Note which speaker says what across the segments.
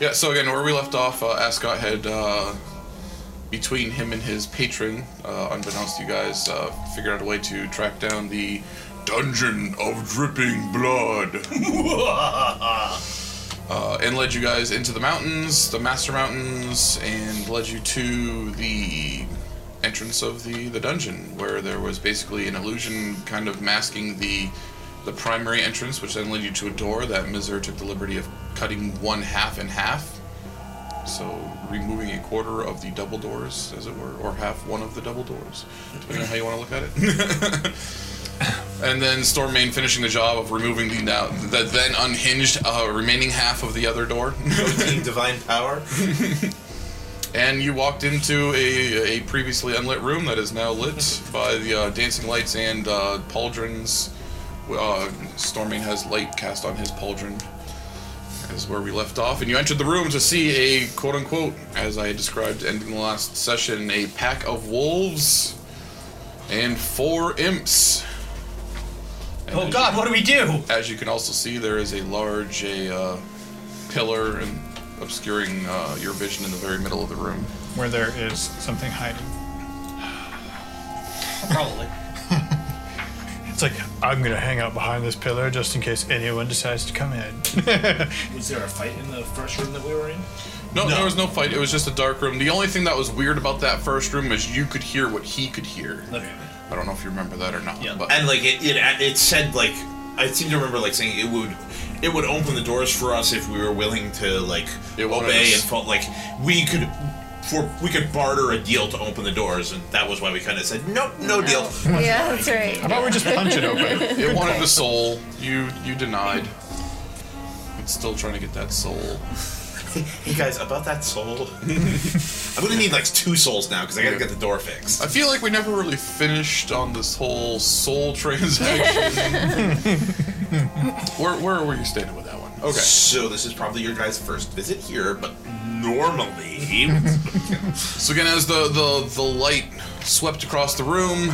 Speaker 1: Yeah, so again, where we left off, uh, Ascot had, uh, between him and his patron, uh, unbeknownst to you guys, uh, figured out a way to track down the Dungeon of Dripping Blood. uh, and led you guys into the mountains, the Master Mountains, and led you to the entrance of the, the dungeon, where there was basically an illusion kind of masking the the primary entrance, which then led you to a door that Mizer took the liberty of cutting one half in half. So removing a quarter of the double doors, as it were, or half one of the double doors, depending on how you want to look at it. and then Stormmain finishing the job of removing the now the then unhinged uh, remaining half of the other door.
Speaker 2: Team Divine Power.
Speaker 1: And you walked into a, a previously unlit room that is now lit by the uh, dancing lights and uh, pauldrons. Uh, Storming has light cast on his pauldron, is where we left off. And you entered the room to see a quote unquote, as I described ending the last session, a pack of wolves and four imps. And
Speaker 3: Oh
Speaker 1: as
Speaker 3: God, what do we do?
Speaker 1: as you can also see, there is a large a uh, pillar and obscuring uh, your vision in the very middle of the room.
Speaker 4: where there is something hiding.
Speaker 3: Probably.
Speaker 4: It's like I'm gonna hang out behind this pillar just in case anyone decides to come in.
Speaker 5: Was there a fight in the first room that we were in?
Speaker 1: No, there was no fight. It was just a dark room. The only thing that was weird about that first room is you could hear what he could hear.
Speaker 5: Okay.
Speaker 1: I don't know if you remember that or not.
Speaker 5: Yeah.
Speaker 1: But
Speaker 2: and like it, it, it said like I seem to remember like saying it would, it would open the doors for us if we were willing to like
Speaker 1: It wanted
Speaker 2: obey
Speaker 1: us-
Speaker 2: and felt like we could, for we could barter a deal to open the doors, and that was why we kind of said nope, no deal.
Speaker 6: yeah, that's
Speaker 4: How
Speaker 6: right.
Speaker 4: about we just punch it open?
Speaker 1: it wanted the soul. You you denied. It's still trying to get that soul.
Speaker 2: Hey guys, about that soul, I'm gonna need like two souls now because I gotta get the door fixed.
Speaker 1: I feel like we never really finished on this whole soul transaction. where where were you standing with that one? Okay.
Speaker 2: So this is probably your guys' first visit here, but normally,
Speaker 1: So again, as the the, the light swept across the room,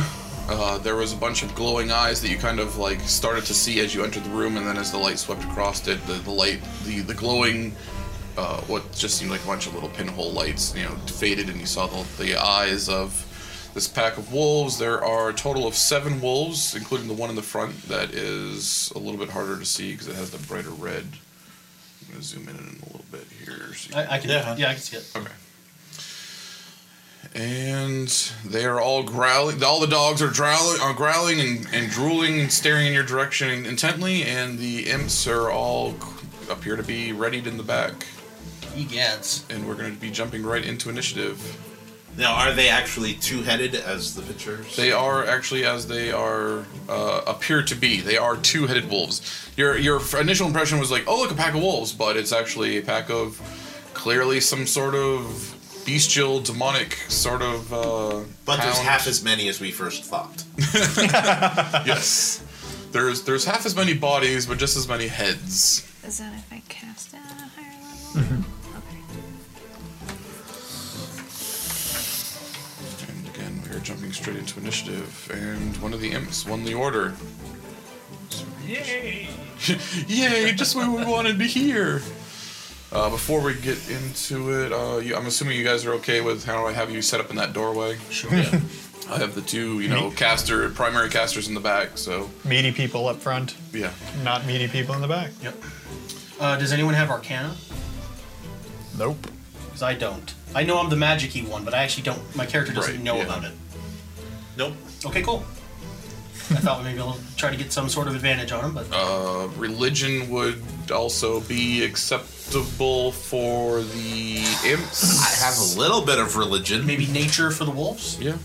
Speaker 1: uh, there was a bunch of glowing eyes that you kind of like started to see as you entered the room, and then as the light swept across it, the, the light the the glowing. Uh, what just seemed like a bunch of little pinhole lights, you know, faded, and you saw the, the eyes of this pack of wolves. There are a total of seven wolves, including the one in the front that is a little bit harder to see because it has the brighter red. I'm gonna zoom in a little bit here. So you
Speaker 5: I, I can. Yeah. I can see it.
Speaker 1: Okay. And they are all growling. All the dogs are growling, are growling and, and drooling and staring in your direction intently, and the imps are all appear to be readied in the back.
Speaker 3: Egads.
Speaker 1: And we're going to be jumping right into initiative.
Speaker 2: now are they actually two-headed as the pictures?
Speaker 1: They are actually, as they are uh, appear to be, they are two-headed wolves. Your your f- initial impression was like, oh look, a pack of wolves, but it's actually a pack of clearly some sort of bestial, demonic sort of. Uh,
Speaker 2: but there's
Speaker 1: hound.
Speaker 2: half as many as we first thought.
Speaker 1: Yes. There's there's half as many bodies, but just as many heads.
Speaker 6: Is that if I cast it at a higher level? Okay.
Speaker 1: And again, we are jumping straight into initiative, and one of the imps won the order.
Speaker 5: Yay!
Speaker 1: Yay! Just what we wanted to hear. Uh, before we get into it, uh, you, I'm assuming you guys are okay with how I have you set up in that doorway. Sure. I have the two, you know, caster primary casters in the back, so
Speaker 4: meaty people up front,
Speaker 1: yeah.
Speaker 4: not meaty people in the back.
Speaker 3: Yep. Uh, does anyone have Arcana?
Speaker 4: Nope.
Speaker 3: Because I don't. I know I'm the magic-y one, but I actually don't. My character doesn't
Speaker 1: Right,
Speaker 3: know
Speaker 1: yeah.
Speaker 3: about it.
Speaker 2: Nope.
Speaker 3: Okay, cool. I thought maybe I'll try to get some sort of advantage on him, but
Speaker 1: Uh, religion would also be acceptable for the imps.
Speaker 2: I have a little bit of religion.
Speaker 3: maybe nature for the wolves.
Speaker 1: Yeah,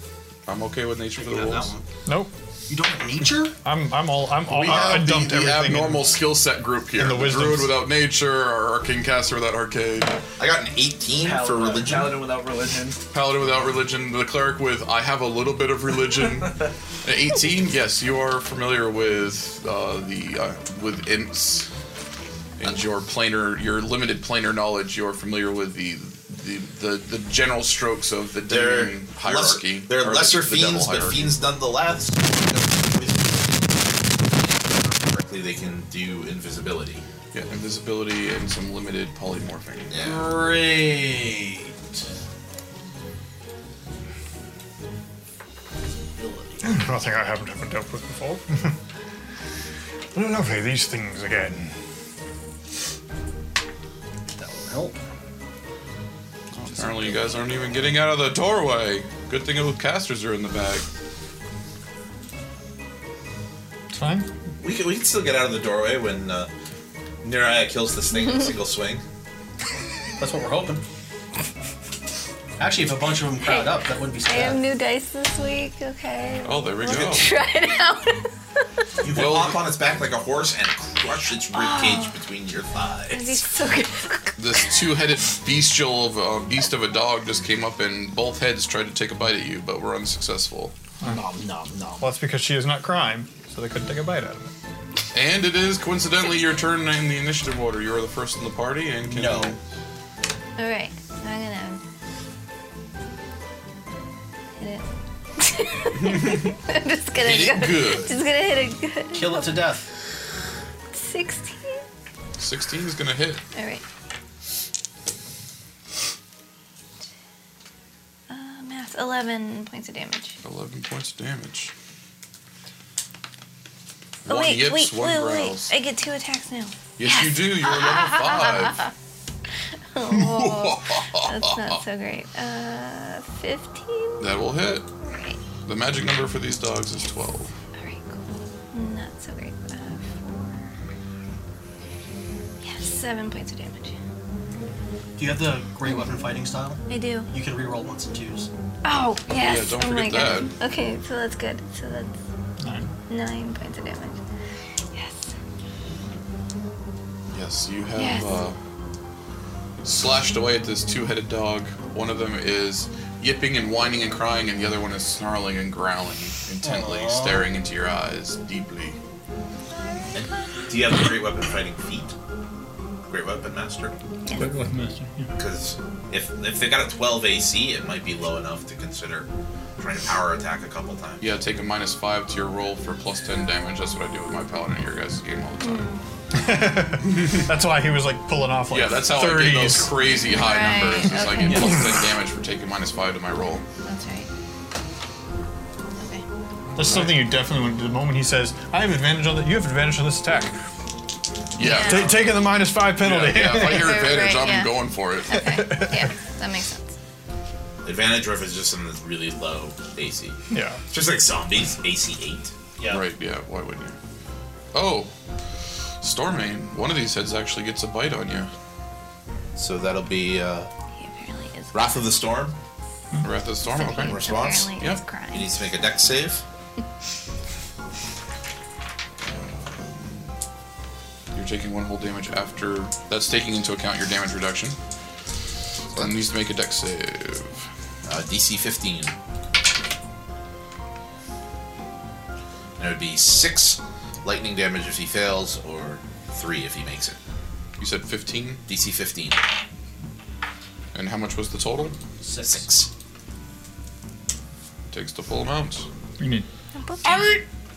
Speaker 1: I'm okay with nature for the
Speaker 3: Got that
Speaker 1: wolves.
Speaker 3: one.
Speaker 4: Nope.
Speaker 3: You don't have nature?
Speaker 4: I'm I'm all I'm all
Speaker 1: We
Speaker 4: I, I
Speaker 1: have
Speaker 4: dumped
Speaker 1: the, the
Speaker 4: everything. in.
Speaker 1: abnormal skill set group here.
Speaker 4: and the
Speaker 1: the
Speaker 4: wisdoms.
Speaker 1: druid without nature, our arcane caster without arcade,
Speaker 2: I got an 18 for
Speaker 5: Paladin-
Speaker 2: religion.
Speaker 5: Paladin without religion.
Speaker 1: paladin without religion, the cleric with I have a little bit of religion. An 18, yes, you are familiar with uh, the uh, with imps
Speaker 2: Uh,
Speaker 1: and your planar, your limited planar knowledge. You're familiar with the. The, the, the general strokes of the
Speaker 2: They're
Speaker 1: demon
Speaker 2: less-
Speaker 1: hierarchy. or
Speaker 2: they're
Speaker 1: the-
Speaker 2: lesser
Speaker 1: the devil
Speaker 2: fiends, but
Speaker 1: hierarchy.
Speaker 2: fiends nonetheless. Correctly, they can do invisibility.
Speaker 1: Yeah, invisibility and some limited polymorphing.
Speaker 2: Yeah.
Speaker 3: Great.
Speaker 4: Nothing I haven't ever dealt with before. Lovely, these things again.
Speaker 3: That will help.
Speaker 1: Apparently, you guys aren't even getting out of the doorway. Good thing those casters are in the bag.
Speaker 4: It's fine.
Speaker 2: We can, we can still get out of the doorway when uh, Niraya kills this thing in a single swing.
Speaker 3: That's what we're hoping. Actually, if a bunch of them crowd up, that wouldn't be so
Speaker 6: I have
Speaker 3: bad.
Speaker 6: new dice this week. Okay.
Speaker 1: Oh, there we go.
Speaker 6: Try it out.
Speaker 2: You can
Speaker 1: Well-
Speaker 2: hop on its back like a horse and crush its rib cage between your thighs.
Speaker 6: These are so good.
Speaker 1: This two-headed bestial of uh, beast of a dog just came up, and both heads tried to take a bite at you, but were unsuccessful.
Speaker 4: Well, that's because she is not crime, so they couldn't take a bite out of it.
Speaker 1: And it is coincidentally your turn in the initiative order. You are the first in the party, and can
Speaker 3: No.
Speaker 6: All right. I'm gonna hit it. I'm just gonna
Speaker 1: Hit it
Speaker 6: go-
Speaker 1: good.
Speaker 6: Just gonna hit it good.
Speaker 3: Kill it to death.
Speaker 6: 16.
Speaker 1: 16 is gonna hit.
Speaker 6: All right. Uh, math 11 points of damage.
Speaker 1: 11 points of damage.
Speaker 6: Oh,
Speaker 1: One
Speaker 6: wait,
Speaker 1: yips,
Speaker 6: wait,
Speaker 1: one
Speaker 6: wait,
Speaker 1: growls.
Speaker 6: wait. I get two attacks now.
Speaker 1: Yes, you do. You're level five.
Speaker 6: Oh, that's not so great. Uh, 15? All
Speaker 1: That will hit.
Speaker 6: right.
Speaker 1: The magic number for these dogs is 12.
Speaker 6: All right, cool. Not so great. Uh, four. Yeah, seven points of damage.
Speaker 3: Do you have the great weapon fighting style?
Speaker 6: I do.
Speaker 3: You can reroll ones and twos.
Speaker 6: Oh, yes.
Speaker 1: don't
Speaker 6: oh my
Speaker 1: forget
Speaker 6: god. Okay, so that's good. So that's
Speaker 4: Nine.
Speaker 6: nine points of damage. Yes.
Speaker 1: Yes, you have
Speaker 6: Yes.
Speaker 1: uh, slashed away at this two headed dog. One of them is yipping and whining and crying, and the other one is snarling and growling intently,
Speaker 3: Aw.
Speaker 1: staring into your eyes deeply.
Speaker 2: Do you have the great weapon fighting feet? Great weapon master? Because if, if they got a 12 AC, it might be low enough to consider trying to power attack a couple times.
Speaker 1: Yeah, take a minus five to your roll for plus 10 damage. That's what I do with my paladin in your guys' game all the time.
Speaker 4: That's why he was like pulling off like
Speaker 1: Yeah, that's how I get those
Speaker 4: 30s.
Speaker 1: crazy high
Speaker 6: Right,
Speaker 1: numbers. It's like
Speaker 6: okay.
Speaker 1: it plus 10 damage for taking minus 5 to my roll.
Speaker 6: That's right. Okay.
Speaker 4: That's something you definitely wouldn't do. The moment he says, I have advantage on that, you have advantage on this attack.
Speaker 1: Yeah.
Speaker 4: Ta- taking the minus five
Speaker 1: Yeah,
Speaker 4: penalty.
Speaker 1: yeah, if I hear
Speaker 6: Right,
Speaker 1: advantage,
Speaker 6: right,
Speaker 1: I'm
Speaker 6: yeah.
Speaker 1: going for it.
Speaker 6: Okay. Yeah, that makes sense.
Speaker 2: Advantage or if it's just in this really low AC.
Speaker 4: yeah.
Speaker 2: Just like zombies, AC 8.
Speaker 5: Yeah.
Speaker 1: Right, yeah, why wouldn't you? Oh! Stormane, one of these heads actually gets a bite on you.
Speaker 2: So that'll be uh,
Speaker 6: He apparently is.
Speaker 2: Wrath of the Storm.
Speaker 4: Hmm.
Speaker 1: Wrath of the Storm,
Speaker 6: He
Speaker 1: okay.
Speaker 2: response?
Speaker 6: Apparently
Speaker 1: Yeah.
Speaker 6: is
Speaker 2: He
Speaker 6: crying.
Speaker 2: needs to make a deck save.
Speaker 1: You're taking one whole damage after. That's taking into account your damage reduction. And needs to make a dex save.
Speaker 2: Uh, DC 15. And it would be 6 lightning damage if he fails, or 3 if he makes it.
Speaker 1: You said 15,
Speaker 2: DC 15.
Speaker 1: and how much was the total?
Speaker 3: Six.
Speaker 2: 6.
Speaker 1: Takes the full amount.
Speaker 4: You need.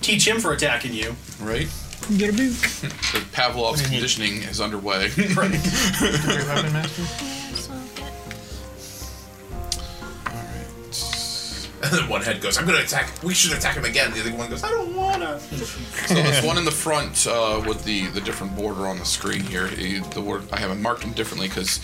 Speaker 3: Teach him for attacking you.
Speaker 1: Right?
Speaker 4: Get a boot.
Speaker 1: The Pavlov's conditioning is underway.
Speaker 4: Great weapon master.
Speaker 6: Yeah, so good.
Speaker 1: Alright.
Speaker 2: And then one head goes, I'm gonna attack, we should attack him again. The other one goes, I don't wanna.
Speaker 1: So this one in the front uh, with the, the different border on the screen here, he- the word I haven't marked him differently because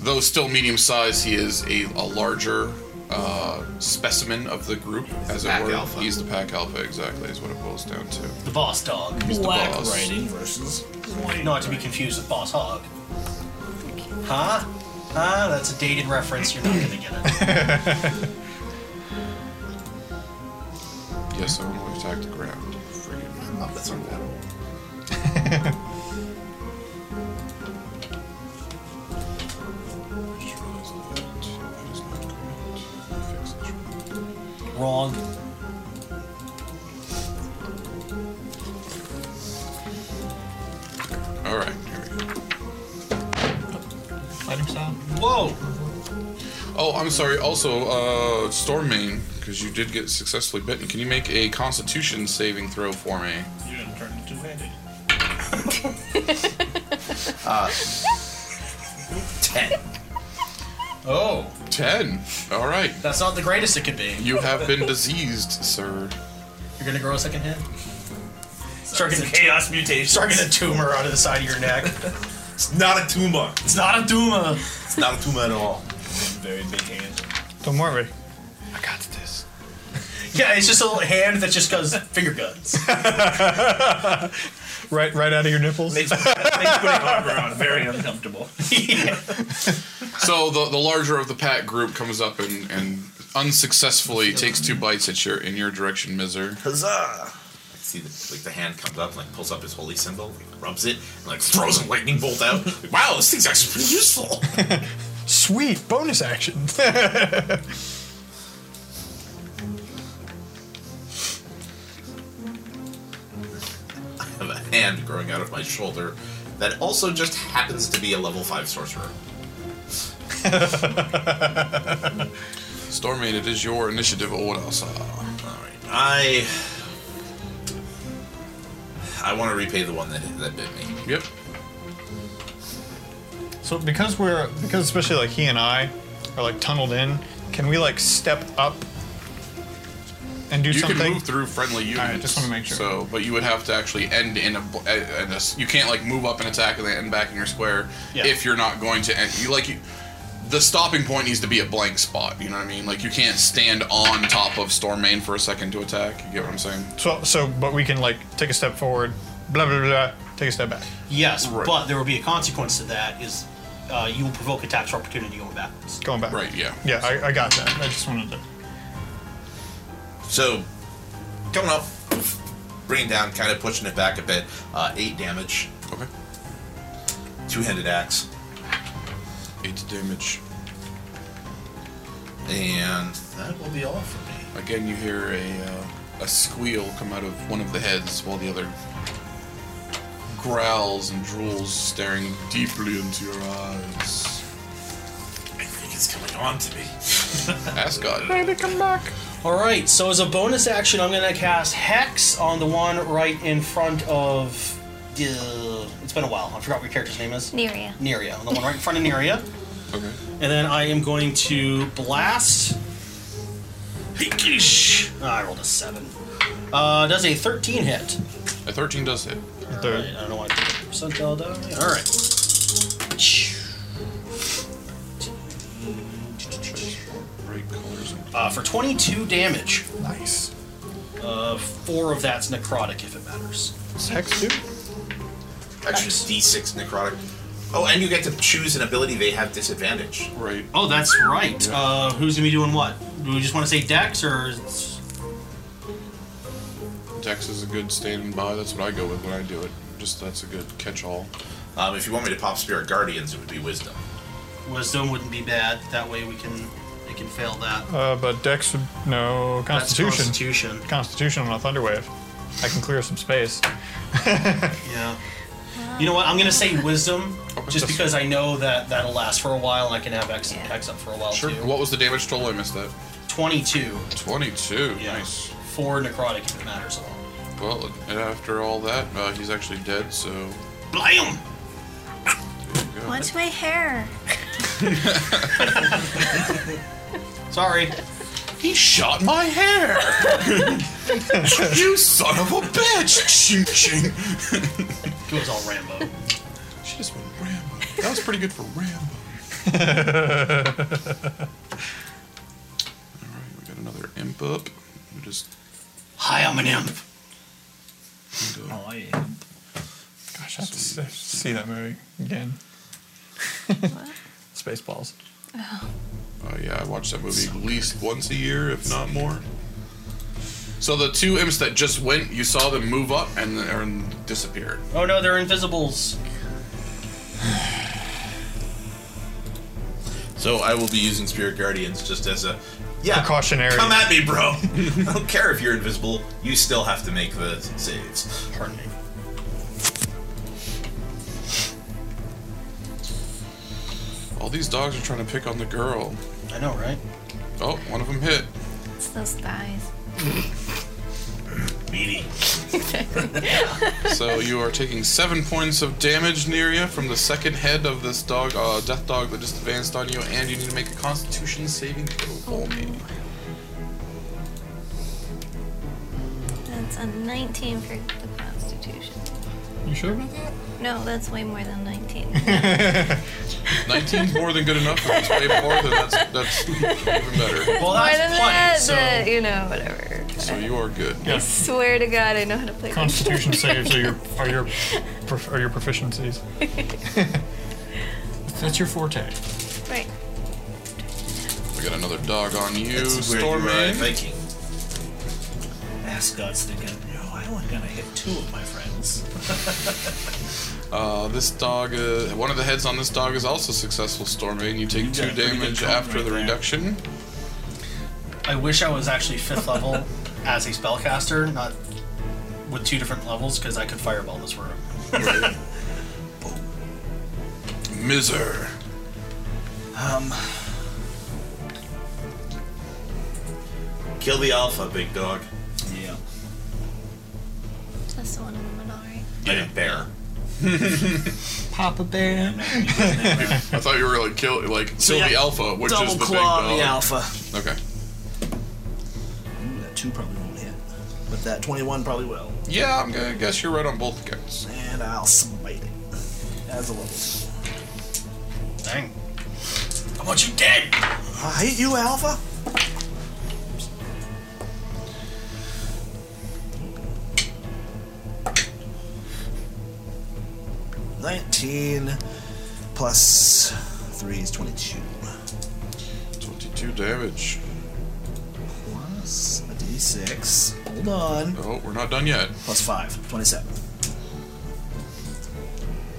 Speaker 1: though still medium size, he is a, a larger uh, specimen of the group, as it
Speaker 2: pack
Speaker 1: were.
Speaker 2: alpha.
Speaker 1: He's the pack alpha, exactly, is what it boils down to.
Speaker 3: The boss dog.
Speaker 1: He's
Speaker 5: Black
Speaker 1: the boss.
Speaker 5: riding versus white.
Speaker 3: Not to be confused with boss hog. Huh? Huh? That's a dated reference. You're not gonna get it.
Speaker 1: Yes, I want to attack the ground. Friggin'
Speaker 2: Oh, that's unbearable.
Speaker 1: I just realized that that is not correct. Fix this.
Speaker 3: Wrong.
Speaker 1: All right, here we go.
Speaker 4: Fighting style.
Speaker 3: Whoa.
Speaker 1: Oh, I'm sorry. Also, uh, Storm Mane, because you did get successfully bitten. Can you make a Constitution saving throw for me?
Speaker 5: You're gonna turn into two-handed.
Speaker 2: Ten.
Speaker 3: Oh,
Speaker 1: Ten. All right.
Speaker 3: that's not the greatest it could be.
Speaker 1: You have been diseased, sir.
Speaker 3: You're gonna grow a second hand. Start
Speaker 5: It's a
Speaker 3: getting,
Speaker 5: chaos mutation.
Speaker 3: start getting a tumor out of the side of your neck.
Speaker 2: It's not a tumor.
Speaker 3: It's not a tumor.
Speaker 2: It's not a tumor at all.
Speaker 5: Very big hand.
Speaker 4: Don't worry. I got this.
Speaker 3: Yeah, it's just a little hand that just goes finger guns.
Speaker 4: Right, right out of your nipples.
Speaker 5: Makes, makes putting armor on very uncomfortable.
Speaker 1: So the the larger of the pack group comes up and, and unsuccessfully takes two bites at your in your direction, Mizer.
Speaker 2: Huzzah! See, the, like the hand comes up, and, like pulls up his holy symbol, like, rubs it, and, like throws a lightning bolt out. Like, wow, this thing's actually pretty useful.
Speaker 4: Sweet bonus action.
Speaker 2: I have a hand growing out of my shoulder that also just happens to be a level five sorcerer.
Speaker 1: Stormade, it is your initiative Oh, order, sir.
Speaker 2: All right, I I want to repay the one that that bit me.
Speaker 1: Yep.
Speaker 4: so because we're because especially like he and I are like tunneled in, can we like step up and do
Speaker 1: You
Speaker 4: something?
Speaker 1: can move through friendly units.
Speaker 4: right, just wanna make sure.
Speaker 1: So, but you would have to actually end in a, bl- uh, in a s- you can't like move up and attack and then end back in your square
Speaker 4: Yeah.
Speaker 1: if you're not going to end. You like you, the stopping point needs to be a blank spot. You know what I mean? Like you can't stand on top of Stormane for a second to attack. You get what I'm saying?
Speaker 4: So, so, but we can like take a step forward, blah blah blah, take a step back.
Speaker 3: Yes,
Speaker 1: Right.
Speaker 3: but there will be a consequence to that. Is uh, you will provoke attacks for opportunity going backwards.
Speaker 4: Going back.
Speaker 1: Right. Yeah.
Speaker 4: Yeah, I, I got that. I just wanted to.
Speaker 2: So coming up, bringing down, kind of pushing it back a bit. Uh, eight damage,
Speaker 1: Okay.
Speaker 2: two-handed axe,
Speaker 1: Eight damage.
Speaker 2: and uh, that will be all for me.
Speaker 1: Again, you hear a uh, a squeal come out of one of the heads while the other growls and drools, staring deeply into your eyes.
Speaker 2: I think it's coming on to me.
Speaker 1: Ascot.
Speaker 3: All right. So as a bonus action, I'm gonna cast Hex on the one right in front of. Uh, it's been a while. I forgot what your character's name is.
Speaker 6: Neria.
Speaker 3: Neria. On the one right in front of Neria.
Speaker 1: Okay.
Speaker 3: And then I am going to blast. Pinkish. Ah, I rolled a seven. Uh, does a 13 hit.
Speaker 1: A 13 does hit.
Speaker 3: Alright, I don't want to take a percentile die. Alright.
Speaker 1: Bright colors. And-
Speaker 3: Uh, for 22 damage.
Speaker 4: Nice.
Speaker 3: Uh, four of that's necrotic if it matters.
Speaker 4: Hex two.
Speaker 2: Actually, it's D6 necrotic. Oh, and you get to choose an ability they have disadvantage.
Speaker 1: right.
Speaker 3: Oh, that's right. Uh, who's gonna be doing what? Do we just want to say Dex or? is-
Speaker 1: Dex is a good standby. That's what I go with when I do it. Just that's a good catch-all.
Speaker 2: Um, if you want me to pop Spirit Guardians, it would be Wisdom.
Speaker 3: Wisdom wouldn't be bad. That way we can it can fail that.
Speaker 4: Uh, but Dex would no
Speaker 3: That's
Speaker 4: Constitution.
Speaker 3: Constitution.
Speaker 4: Constitution on a thunderwave. I can clear some space.
Speaker 3: Yeah. You know what? I'm gonna say Wisdom, just
Speaker 1: that's-
Speaker 3: because I know that that'll last for a while, and I can have X Hex up for a while
Speaker 1: Sure.
Speaker 3: too.
Speaker 1: What was the damage total? I missed that.
Speaker 3: Twenty-two.
Speaker 1: 22.
Speaker 3: Yeah.
Speaker 1: Nice.
Speaker 3: Four necrotic if it matters at all.
Speaker 1: Well, and after all that, uh, he's actually dead, so...
Speaker 3: Blam!
Speaker 1: there you go.
Speaker 6: Watch my hair.
Speaker 3: Sorry.
Speaker 1: He shot my hair! you son of a bitch! Ching, ching.
Speaker 3: Goes all Rambo.
Speaker 1: She just went Rambo. That was pretty good for Rambo. Alright, we got another imp up. We just
Speaker 3: Hi, I'm an imp.
Speaker 1: go.
Speaker 5: Oh, yeah.
Speaker 4: Gosh, I have to s- have to see that movie again. Spaceballs.
Speaker 1: Oh yeah, I watch that movie at least once a year, if not more. So the two imps that just went, you saw them move up and, and disappear.
Speaker 3: Oh no, they're invisibles.
Speaker 2: So I will be using Spirit Guardians just as a yeah
Speaker 4: Precautionary.
Speaker 2: Come at me, bro. I don't care if you're invisible. You still have to make the saves.
Speaker 3: Pardon me.
Speaker 1: All these dogs are trying to pick on the girl.
Speaker 3: I know, right?
Speaker 1: Oh, one of them hit.
Speaker 6: It's those thighs.
Speaker 5: meaty.
Speaker 1: So you are taking seven points of damage, Neria, from the second head of this dog, uh, death dog that just advanced on you, and you need to make a Constitution saving throw for me.
Speaker 6: That's a 19 for the Constitution.
Speaker 7: You sure about that?
Speaker 6: No, that's way more than 19.
Speaker 1: 19 is more than good enough. If it's way more, then that's, that's even better.
Speaker 3: Well,
Speaker 6: more
Speaker 3: that's
Speaker 6: than that,
Speaker 3: 20, so-
Speaker 6: but you know, whatever.
Speaker 1: So you are good.
Speaker 6: I swear to God, I know how to play.
Speaker 4: Constitution saves are your are your prof- are your proficiencies.
Speaker 7: That's your forte.
Speaker 6: Right.
Speaker 1: We got another dog on you,
Speaker 2: That's where you are a
Speaker 1: Stormy.
Speaker 2: Viking.
Speaker 5: Mascot's thinking, no, I only gonna hit two of my friends.
Speaker 1: Uh, this dog, uh, one of the heads on this dog is also successful, Stormy, and you take
Speaker 5: You got
Speaker 1: two
Speaker 5: a pretty good
Speaker 1: damage
Speaker 5: comp
Speaker 1: after
Speaker 5: right
Speaker 1: the
Speaker 5: there.
Speaker 1: reduction.
Speaker 3: I wish I was actually fifth level as a spellcaster, not with two different levels, because I could fireball this room.
Speaker 1: Miser.
Speaker 5: Um,
Speaker 2: Kill the alpha, big dog.
Speaker 5: yeah.
Speaker 6: That's the one in the Minari.
Speaker 2: Like a bear.
Speaker 7: Papa Bear.
Speaker 5: I'm not gonna use that round.
Speaker 1: I thought you were like kill like kill
Speaker 5: yeah,
Speaker 1: the alpha, which
Speaker 5: Double
Speaker 1: is the
Speaker 5: claw
Speaker 1: big
Speaker 5: on
Speaker 1: dog.
Speaker 5: the alpha.
Speaker 1: Okay.
Speaker 5: Ooh, that two probably won't hit, but that 21 probably will.
Speaker 1: Yeah, I'm gonna guess you're right on both counts.
Speaker 5: And I'll smite it. As a level. two.
Speaker 3: Dang.
Speaker 5: I want you dead. I hate you, Alpha. Nineteen plus three is twenty-two.
Speaker 1: 22 damage.
Speaker 5: Plus a d6. Hold on.
Speaker 1: Oh, we're not done yet.
Speaker 5: Plus five. Twenty-seven.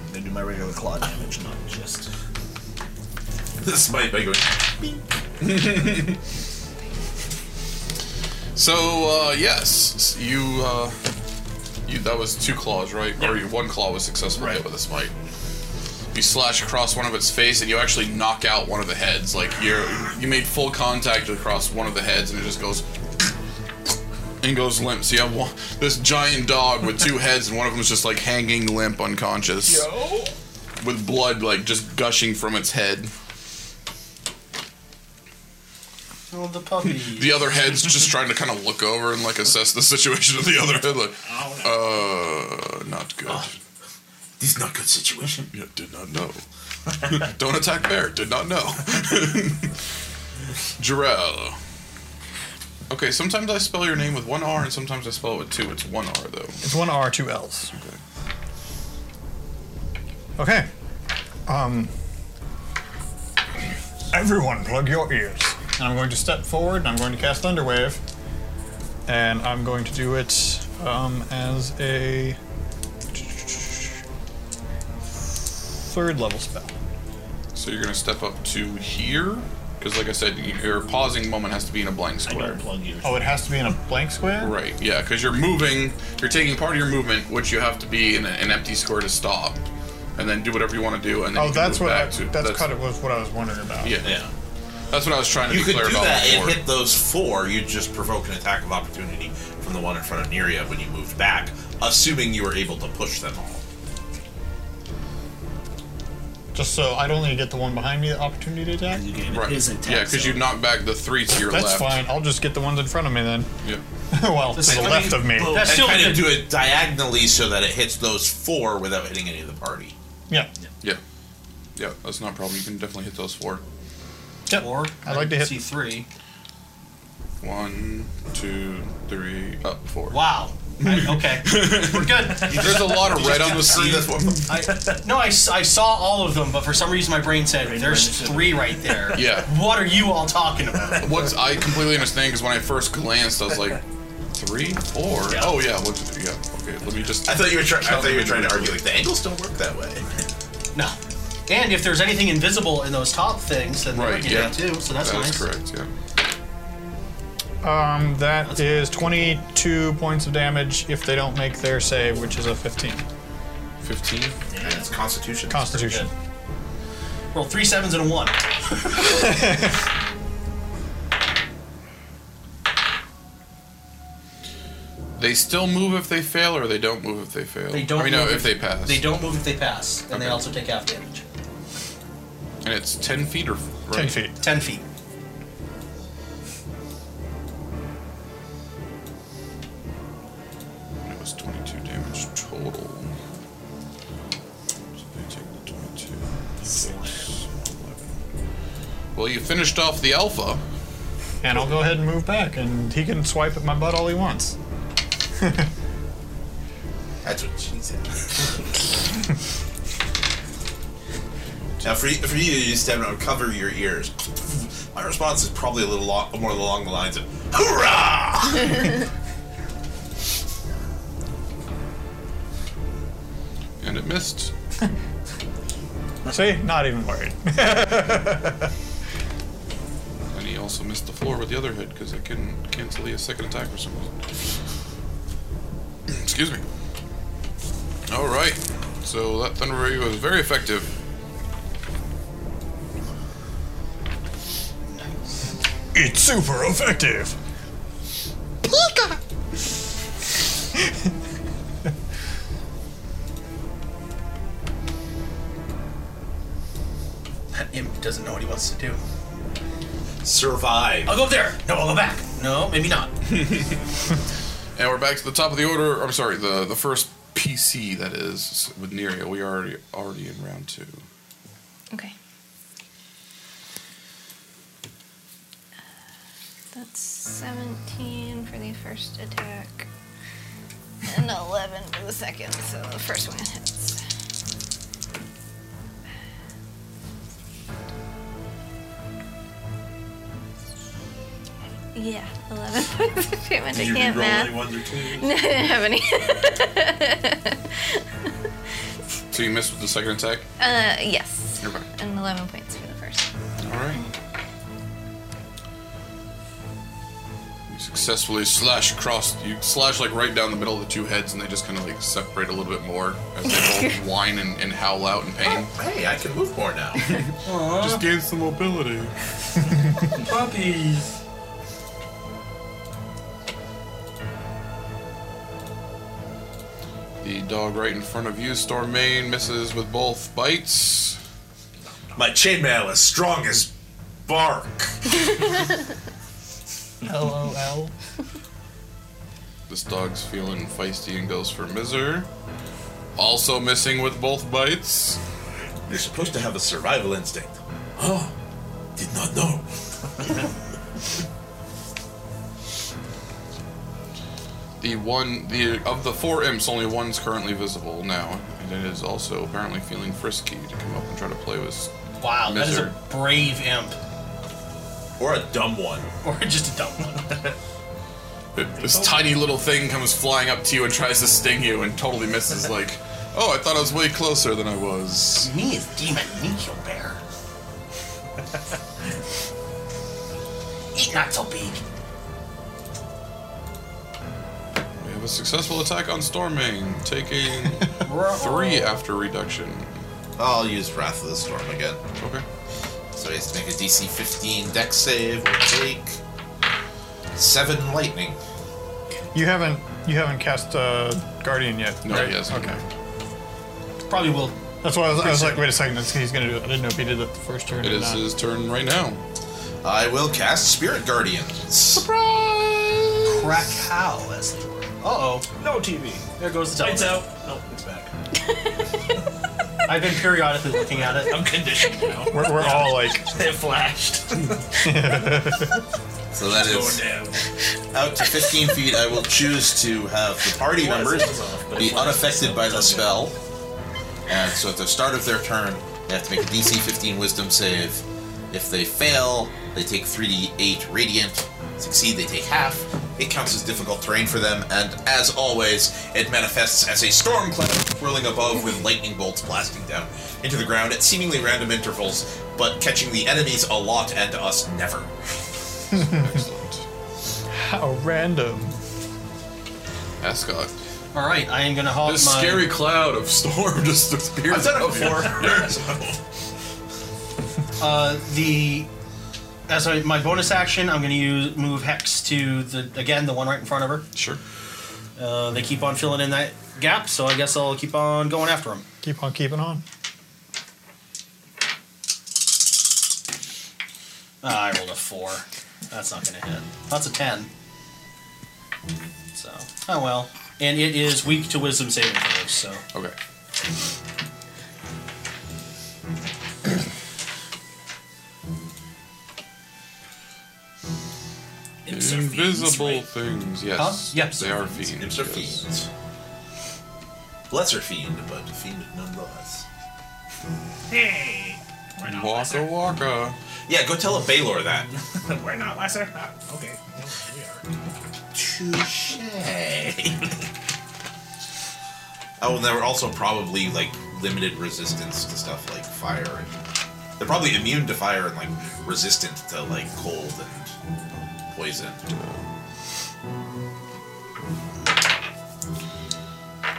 Speaker 5: I'm gonna do my regular claw damage, not just.
Speaker 2: This might be going.
Speaker 1: So uh, yes, you uh, you that was two claws, right? Or you, one claw was successful hit with a smite. You slash across one of its face, and you actually knock out one of the heads. Like you you made full contact across one of the heads, and it just goes and goes limp. So you have one, this giant dog with two heads, and one of them is just like hanging limp, unconscious, with blood like just gushing from its head.
Speaker 3: Oh, the puppy.
Speaker 1: The other head's just trying to kind of look over and like assess the situation of the other head, like, uh, not good.
Speaker 2: Ah, This is not good situation.
Speaker 1: Yeah, did not know. Don't attack bear. Did not know. Jarrell. Okay, sometimes I spell your name with one R and sometimes I spell it with two. It's one R though.
Speaker 4: It's one R, two L's. Okay. Um. Everyone, plug your ears. I'm going to step forward and I'm going to cast Thunderwave. And I'm going to do it um, as a third level spell.
Speaker 1: So you're gonna step up to here, because like I said, your pausing moment has to be in a blank square.
Speaker 5: plug yours.
Speaker 4: Oh, it has to be in a blank square?
Speaker 1: Right. Yeah, because you're moving. You're taking part of your movement, which you have to be in a, an empty square to stop, and then do whatever you want to do. And then
Speaker 4: Oh,
Speaker 1: you can
Speaker 4: that's
Speaker 1: move
Speaker 4: what I,
Speaker 1: back to,
Speaker 4: that's, kind of was what I was wondering about.
Speaker 1: yeah.
Speaker 2: Yeah.
Speaker 1: That's what I was trying to
Speaker 2: You
Speaker 1: be
Speaker 2: could
Speaker 1: clear
Speaker 2: do
Speaker 1: about
Speaker 2: that
Speaker 1: before.
Speaker 2: and hit those four. You'd just provoke an attack of opportunity from the one in front of Neria when you moved back, assuming you were able to push them all.
Speaker 4: Just so I'd only get the one behind me the opportunity to attack.
Speaker 5: You gain
Speaker 1: Right.
Speaker 5: his attack.
Speaker 1: yeah, because you
Speaker 5: so-
Speaker 1: knock back the three to your
Speaker 4: That's
Speaker 1: left.
Speaker 4: fine. I'll just get the ones in front of me then.
Speaker 1: Yeah.
Speaker 4: Oh, well, to
Speaker 3: is
Speaker 4: the
Speaker 3: gonna
Speaker 4: left
Speaker 3: be
Speaker 4: of me.
Speaker 3: That's
Speaker 2: and
Speaker 3: still
Speaker 2: kind
Speaker 3: a
Speaker 2: of
Speaker 3: good-
Speaker 2: do it diagonally so that it hits those four without hitting any of the party.
Speaker 4: Yeah.
Speaker 1: Yeah. Yeah, that's not a problem. You can definitely hit those four.
Speaker 4: Yep.
Speaker 3: Or
Speaker 4: I'd like to hit-
Speaker 3: C three.
Speaker 1: One, two, three, up, four.
Speaker 3: Wow. I- okay, we're good.
Speaker 1: There's a lot of red on the screen.
Speaker 3: I, no, I, s- I saw all of them, but for some reason my brain said there's three right there.
Speaker 1: Yeah.
Speaker 3: What are you all talking about?
Speaker 1: What's I completely understand because when I first glanced, I was like, three, four.
Speaker 3: Yeah.
Speaker 1: Oh yeah, what? Yeah. Okay, let me just.
Speaker 2: I thought you were trying. I thought you were trying to argue like the angles don't work that way.
Speaker 3: No. And if there's anything invisible in those top things, then
Speaker 1: Right,
Speaker 3: right, they
Speaker 1: yeah.
Speaker 3: yeah. too. So that's
Speaker 1: That's
Speaker 3: nice.
Speaker 1: correct. Yeah.
Speaker 4: Um, that is 22 points of damage if they don't make their save, which is a 15.
Speaker 1: Fifteen.
Speaker 2: And it's Constitution.
Speaker 4: Constitution.
Speaker 3: Roll three sevens and a one.
Speaker 1: They They still move if they fail, or they don't move if they fail.
Speaker 3: They don't
Speaker 1: I mean, no,
Speaker 3: move
Speaker 1: if they pass.
Speaker 3: They don't move if they pass, and they also take half damage.
Speaker 1: And it's ten feet or right?
Speaker 4: Ten feet.
Speaker 3: Ten feet.
Speaker 1: It was twenty-two damage total. So they take the twenty-two. Six, 11. Well, you finished off the alpha.
Speaker 4: And I'll go ahead and move back, and he can swipe at my butt all he wants.
Speaker 2: That's what she said. now, for, you- for you to just stand around, cover your ears. My response is probably a little lo- more along the lines of "Hoorah!"
Speaker 1: And it missed.
Speaker 4: See? Not even worried.
Speaker 1: And he also missed the floor with the other hit because I couldn't cancel the second attack for some reason. Excuse me. All right. So that thunder ray was very effective.
Speaker 4: it's super effective.
Speaker 3: That imp doesn't know what he wants to do.
Speaker 2: survive.
Speaker 3: I'll go up there. No, I'll go back. No, maybe not.
Speaker 1: And we're back to the top of the order. I'm sorry, the the first PC that is with Neria. We are already already in round two.
Speaker 6: Okay. Uh, That's 17 for the first attack, and 11 for the second, so the first one hits. Yeah, 11 points of treatment. I can't math.
Speaker 2: ones or twos?
Speaker 6: No, I didn't have any.
Speaker 1: So you missed with the second attack.
Speaker 6: uh, yes.
Speaker 1: You're back.
Speaker 6: And 11 points for the first.
Speaker 1: All right. You successfully slash across. You slash like right down the middle of the two heads, and they just kind of like separate a little bit more as they both whine and, and howl out in pain.
Speaker 2: Hey, I can move more now.
Speaker 1: Just gain some mobility.
Speaker 3: Puppies.
Speaker 1: The dog right in front of you, Stormane, misses with both bites.
Speaker 2: My chainmail is strong as bark.
Speaker 4: LOL.
Speaker 1: This dog's feeling feisty and goes for Miser. Also missing with both bites.
Speaker 2: You're supposed to have a survival instinct. Oh, did not know.
Speaker 1: The one, the of the four imps, only one's currently visible now, and it is also apparently feeling frisky to come up and try to play with.
Speaker 3: Wow, that is a
Speaker 1: Mister.
Speaker 3: brave imp.
Speaker 2: Or a dumb one.
Speaker 3: Or just a dumb one.
Speaker 1: This tiny little thing comes flying up to you and tries to sting you and totally misses. like, oh, I thought I was way closer than I was.
Speaker 3: Me is demon Nico Bear. Eat not so big.
Speaker 1: We have a successful attack on Storming, taking three after reduction.
Speaker 2: I'll use Wrath of the Storm again.
Speaker 1: Okay.
Speaker 2: So he has to make a DC 15 dex save or take seven lightning.
Speaker 4: You haven't you haven't cast uh, Guardian yet.
Speaker 1: No,
Speaker 4: right?
Speaker 1: he hasn't.
Speaker 4: Okay.
Speaker 3: Probably will.
Speaker 4: That's why I was, I was like, wait a second, that's, he's gonna do it. I didn't know if he did it the first turn.
Speaker 1: It
Speaker 4: or
Speaker 1: is
Speaker 4: not.
Speaker 1: his turn right now.
Speaker 2: I will cast Spirit Guardians.
Speaker 3: Crack how, as it were. Uh oh. No TV. There goes the
Speaker 8: Lights
Speaker 3: television.
Speaker 8: out. No, it's back.
Speaker 3: I've been periodically looking at it.
Speaker 8: I'm conditioned now.
Speaker 4: We're, we're all like,
Speaker 8: it flashed.
Speaker 2: So that
Speaker 8: Going
Speaker 2: is
Speaker 8: down.
Speaker 2: out to 15 feet. I will choose to have the party members be unaffected by the spell. And so at the start of their turn, they have to make a DC 15 Wisdom save. If they fail, they take 3d8 radiant. Succeed, they take half. It counts as difficult terrain for them, and as always, it manifests as a storm cloud swirling above with lightning bolts blasting down into the ground at seemingly random intervals, but catching the enemies a lot and us never.
Speaker 1: Excellent.
Speaker 4: how random.
Speaker 1: Ascot.
Speaker 3: All right, I am gonna halt
Speaker 1: This
Speaker 3: my.
Speaker 1: scary cloud of storm just appears
Speaker 2: I've done it
Speaker 1: out
Speaker 2: before.
Speaker 3: Uh, the as I, my bonus action, I'm gonna use move hex to the again the one right in front of her.
Speaker 1: Sure.
Speaker 3: Uh, they keep on filling in that gap, so I guess I'll keep on going after them.
Speaker 4: Keep on keeping on.
Speaker 3: Ah, I rolled a four. That's not going to hit. That's a ten. So, oh well. And it is weak to wisdom saving throws, so.
Speaker 1: Okay. Invisible things, yes.
Speaker 3: Huh? Yes.
Speaker 1: They are fiends.
Speaker 2: Imps are
Speaker 1: yes.
Speaker 2: fiends. Lesser fiend, but fiend nonetheless.
Speaker 8: Hey! We're not
Speaker 1: Waka
Speaker 8: lesser.
Speaker 1: waka.
Speaker 2: Yeah, go tell a Baylor that.
Speaker 8: We're not lesser. Ah, okay. No, we are.
Speaker 2: Touche. oh, and they were also probably like limited resistance to stuff like fire. And they're probably immune to fire and like resistant to like cold and poison.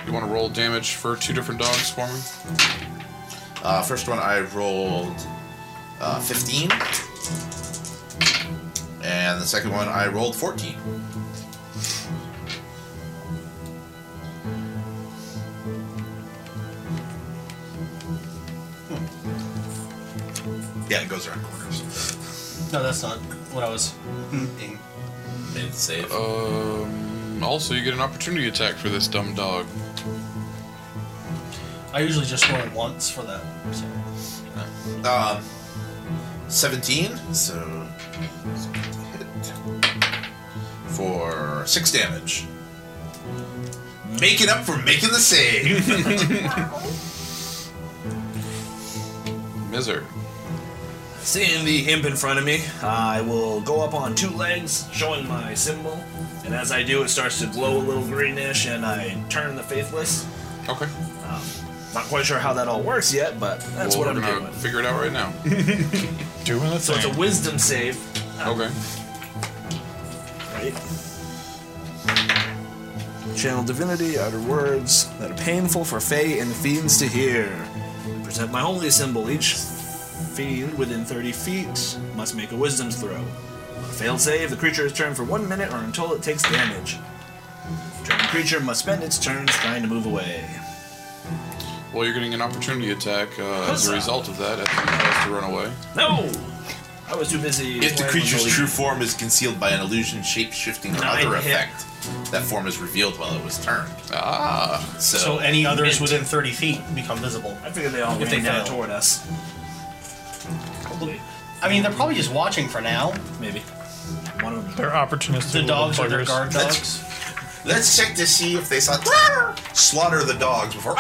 Speaker 1: You want to roll damage for two different dogs for me?
Speaker 2: Uh, first one I rolled uh, 15. And the second one I rolled 14. Hmm. Yeah, it goes around corners.
Speaker 3: No, that's not what I was thinking.
Speaker 2: Made the save.
Speaker 1: Um, also, you get an opportunity attack for this dumb dog.
Speaker 3: I usually just roll once for that. So.
Speaker 2: Um, 17, so. Hit. For 6 damage. Making up for making the save!
Speaker 1: Miser.
Speaker 5: Seeing the imp in front of me, I will go up on two legs, showing my symbol, and as I do, it starts to glow a little greenish, and I turn the faithless.
Speaker 1: Okay.
Speaker 5: Not quite sure how that all works yet, but that's
Speaker 1: well,
Speaker 5: what I'm
Speaker 1: we're gonna
Speaker 5: doing.
Speaker 1: figure it out right now.
Speaker 4: Doing the
Speaker 5: So it's
Speaker 4: thing.
Speaker 5: a wisdom save,
Speaker 1: okay.
Speaker 5: right? Channel divinity, utter words that are painful for Fae and fiends to hear. Present my holy symbol. Each fiend within 30 feet must make a wisdom throw. On a failed save, the creature is turned for one minute or until it takes damage. Turn creature must spend its turns trying to move away.
Speaker 1: Well, you're getting an opportunity attack uh, as a
Speaker 5: Huzzah.
Speaker 1: result of that. I think he has to run away.
Speaker 5: No! I was too busy.
Speaker 2: If the
Speaker 5: playing
Speaker 2: creature's
Speaker 5: with the
Speaker 2: true
Speaker 5: lead.
Speaker 2: form is concealed by an illusion, shape shifting, or
Speaker 5: Nine
Speaker 2: other
Speaker 5: hit.
Speaker 2: effect, that form is revealed while it was turned.
Speaker 1: Ah.
Speaker 2: So,
Speaker 3: So any others
Speaker 5: mint.
Speaker 3: within 30 feet become visible.
Speaker 5: I figured they all
Speaker 3: If they
Speaker 5: ran down
Speaker 3: fail.
Speaker 5: toward us. Probably.
Speaker 3: I mean, they're probably just watching for now.
Speaker 5: Maybe. One of them.
Speaker 4: They're opportunistic.
Speaker 3: The
Speaker 4: little
Speaker 3: dogs are their
Speaker 4: buggers.
Speaker 3: guard
Speaker 2: That's-
Speaker 3: dogs.
Speaker 2: let's check to see if they saw slaughter the dogs before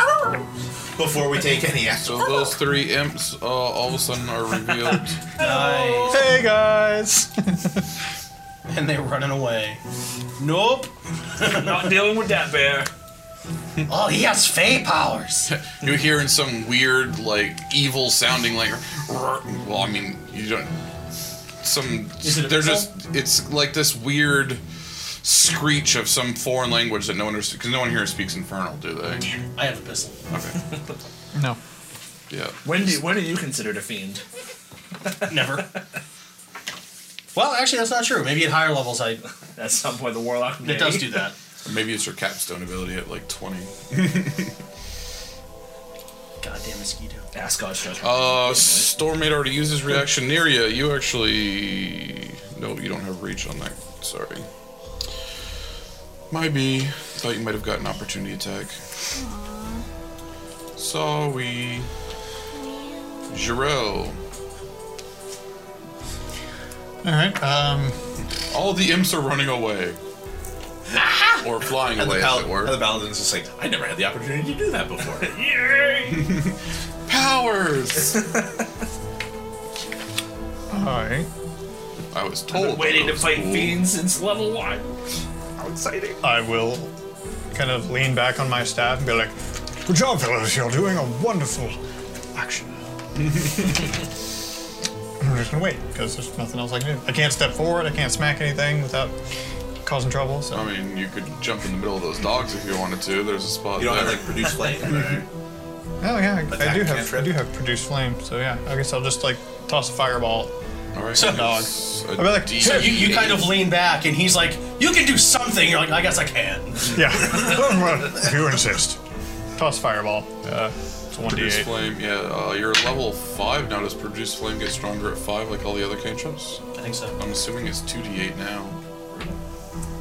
Speaker 2: before we take any
Speaker 1: So
Speaker 2: action.
Speaker 5: Oh.
Speaker 1: those three imps uh, all of a sudden are revealed.
Speaker 3: Nice.
Speaker 4: Hey guys!
Speaker 3: And they're running away. Nope.
Speaker 7: Not dealing with that bear.
Speaker 3: Oh, he has fey powers.
Speaker 1: You're hearing some weird, like, evil sounding, like, well, I mean, you don't. Some.
Speaker 3: Is it a
Speaker 1: They're
Speaker 3: missile?
Speaker 1: just. It's like this weird screech of some foreign language that no one understands. Because no one here speaks infernal, do they?
Speaker 3: I have a pistol.
Speaker 1: Okay.
Speaker 4: No.
Speaker 1: Yeah.
Speaker 5: When do when are you considered a fiend?
Speaker 3: Never. Well, actually, that's not true. Maybe at higher levels, I
Speaker 5: At some point, the warlock. May.
Speaker 3: it does do that.
Speaker 1: Maybe it's your capstone ability at like 20.
Speaker 3: Goddamn mosquito.
Speaker 5: Ask God's judgment.
Speaker 1: Uh, Stormmate already used his reaction near you. You actually. No, you don't have reach on that. Sorry. Might be. Thought you might have gotten opportunity attack. So we. Giro.
Speaker 4: Alright, um,
Speaker 1: All the imps are running away. or flying
Speaker 2: And the,
Speaker 1: away,
Speaker 2: pal-
Speaker 1: as it were.
Speaker 2: and the paladin's just like, I never had the opportunity to do that before.
Speaker 1: Powers!
Speaker 4: I
Speaker 1: I was told.
Speaker 7: Waiting
Speaker 1: that
Speaker 7: to
Speaker 1: was
Speaker 7: fight
Speaker 1: cool.
Speaker 7: fiends since level one.
Speaker 2: How exciting!
Speaker 4: I will kind of lean back on my staff and be like, "Good job, fellas! You're doing a wonderful action." I'm just gonna wait because there's nothing else I can do. I can't step forward. I can't smack anything without causing trouble. So
Speaker 1: I mean, you could jump in the middle of those dogs if you wanted to. There's a spot
Speaker 2: You don't
Speaker 1: there.
Speaker 2: have like produce flame. right?
Speaker 4: oh yeah, I, I
Speaker 2: Attack
Speaker 4: do have
Speaker 2: cantrip.
Speaker 4: I do have produce flame. So yeah, I guess I'll just like toss a fireball
Speaker 1: All right.
Speaker 3: So-
Speaker 1: dog.
Speaker 4: I'd be like,
Speaker 3: So you, you kind of lean back, and he's like, "You can do something." You're like, "I guess I can."
Speaker 4: Yeah. Well, if you insist. Toss fireball. Uh, it's one
Speaker 1: Produce
Speaker 4: d8.
Speaker 1: flame, yeah. Uh, you're level five now. Does produce flame get stronger at five, like all the other cantrips?
Speaker 3: I think so.
Speaker 1: I'm assuming it's two d8 now.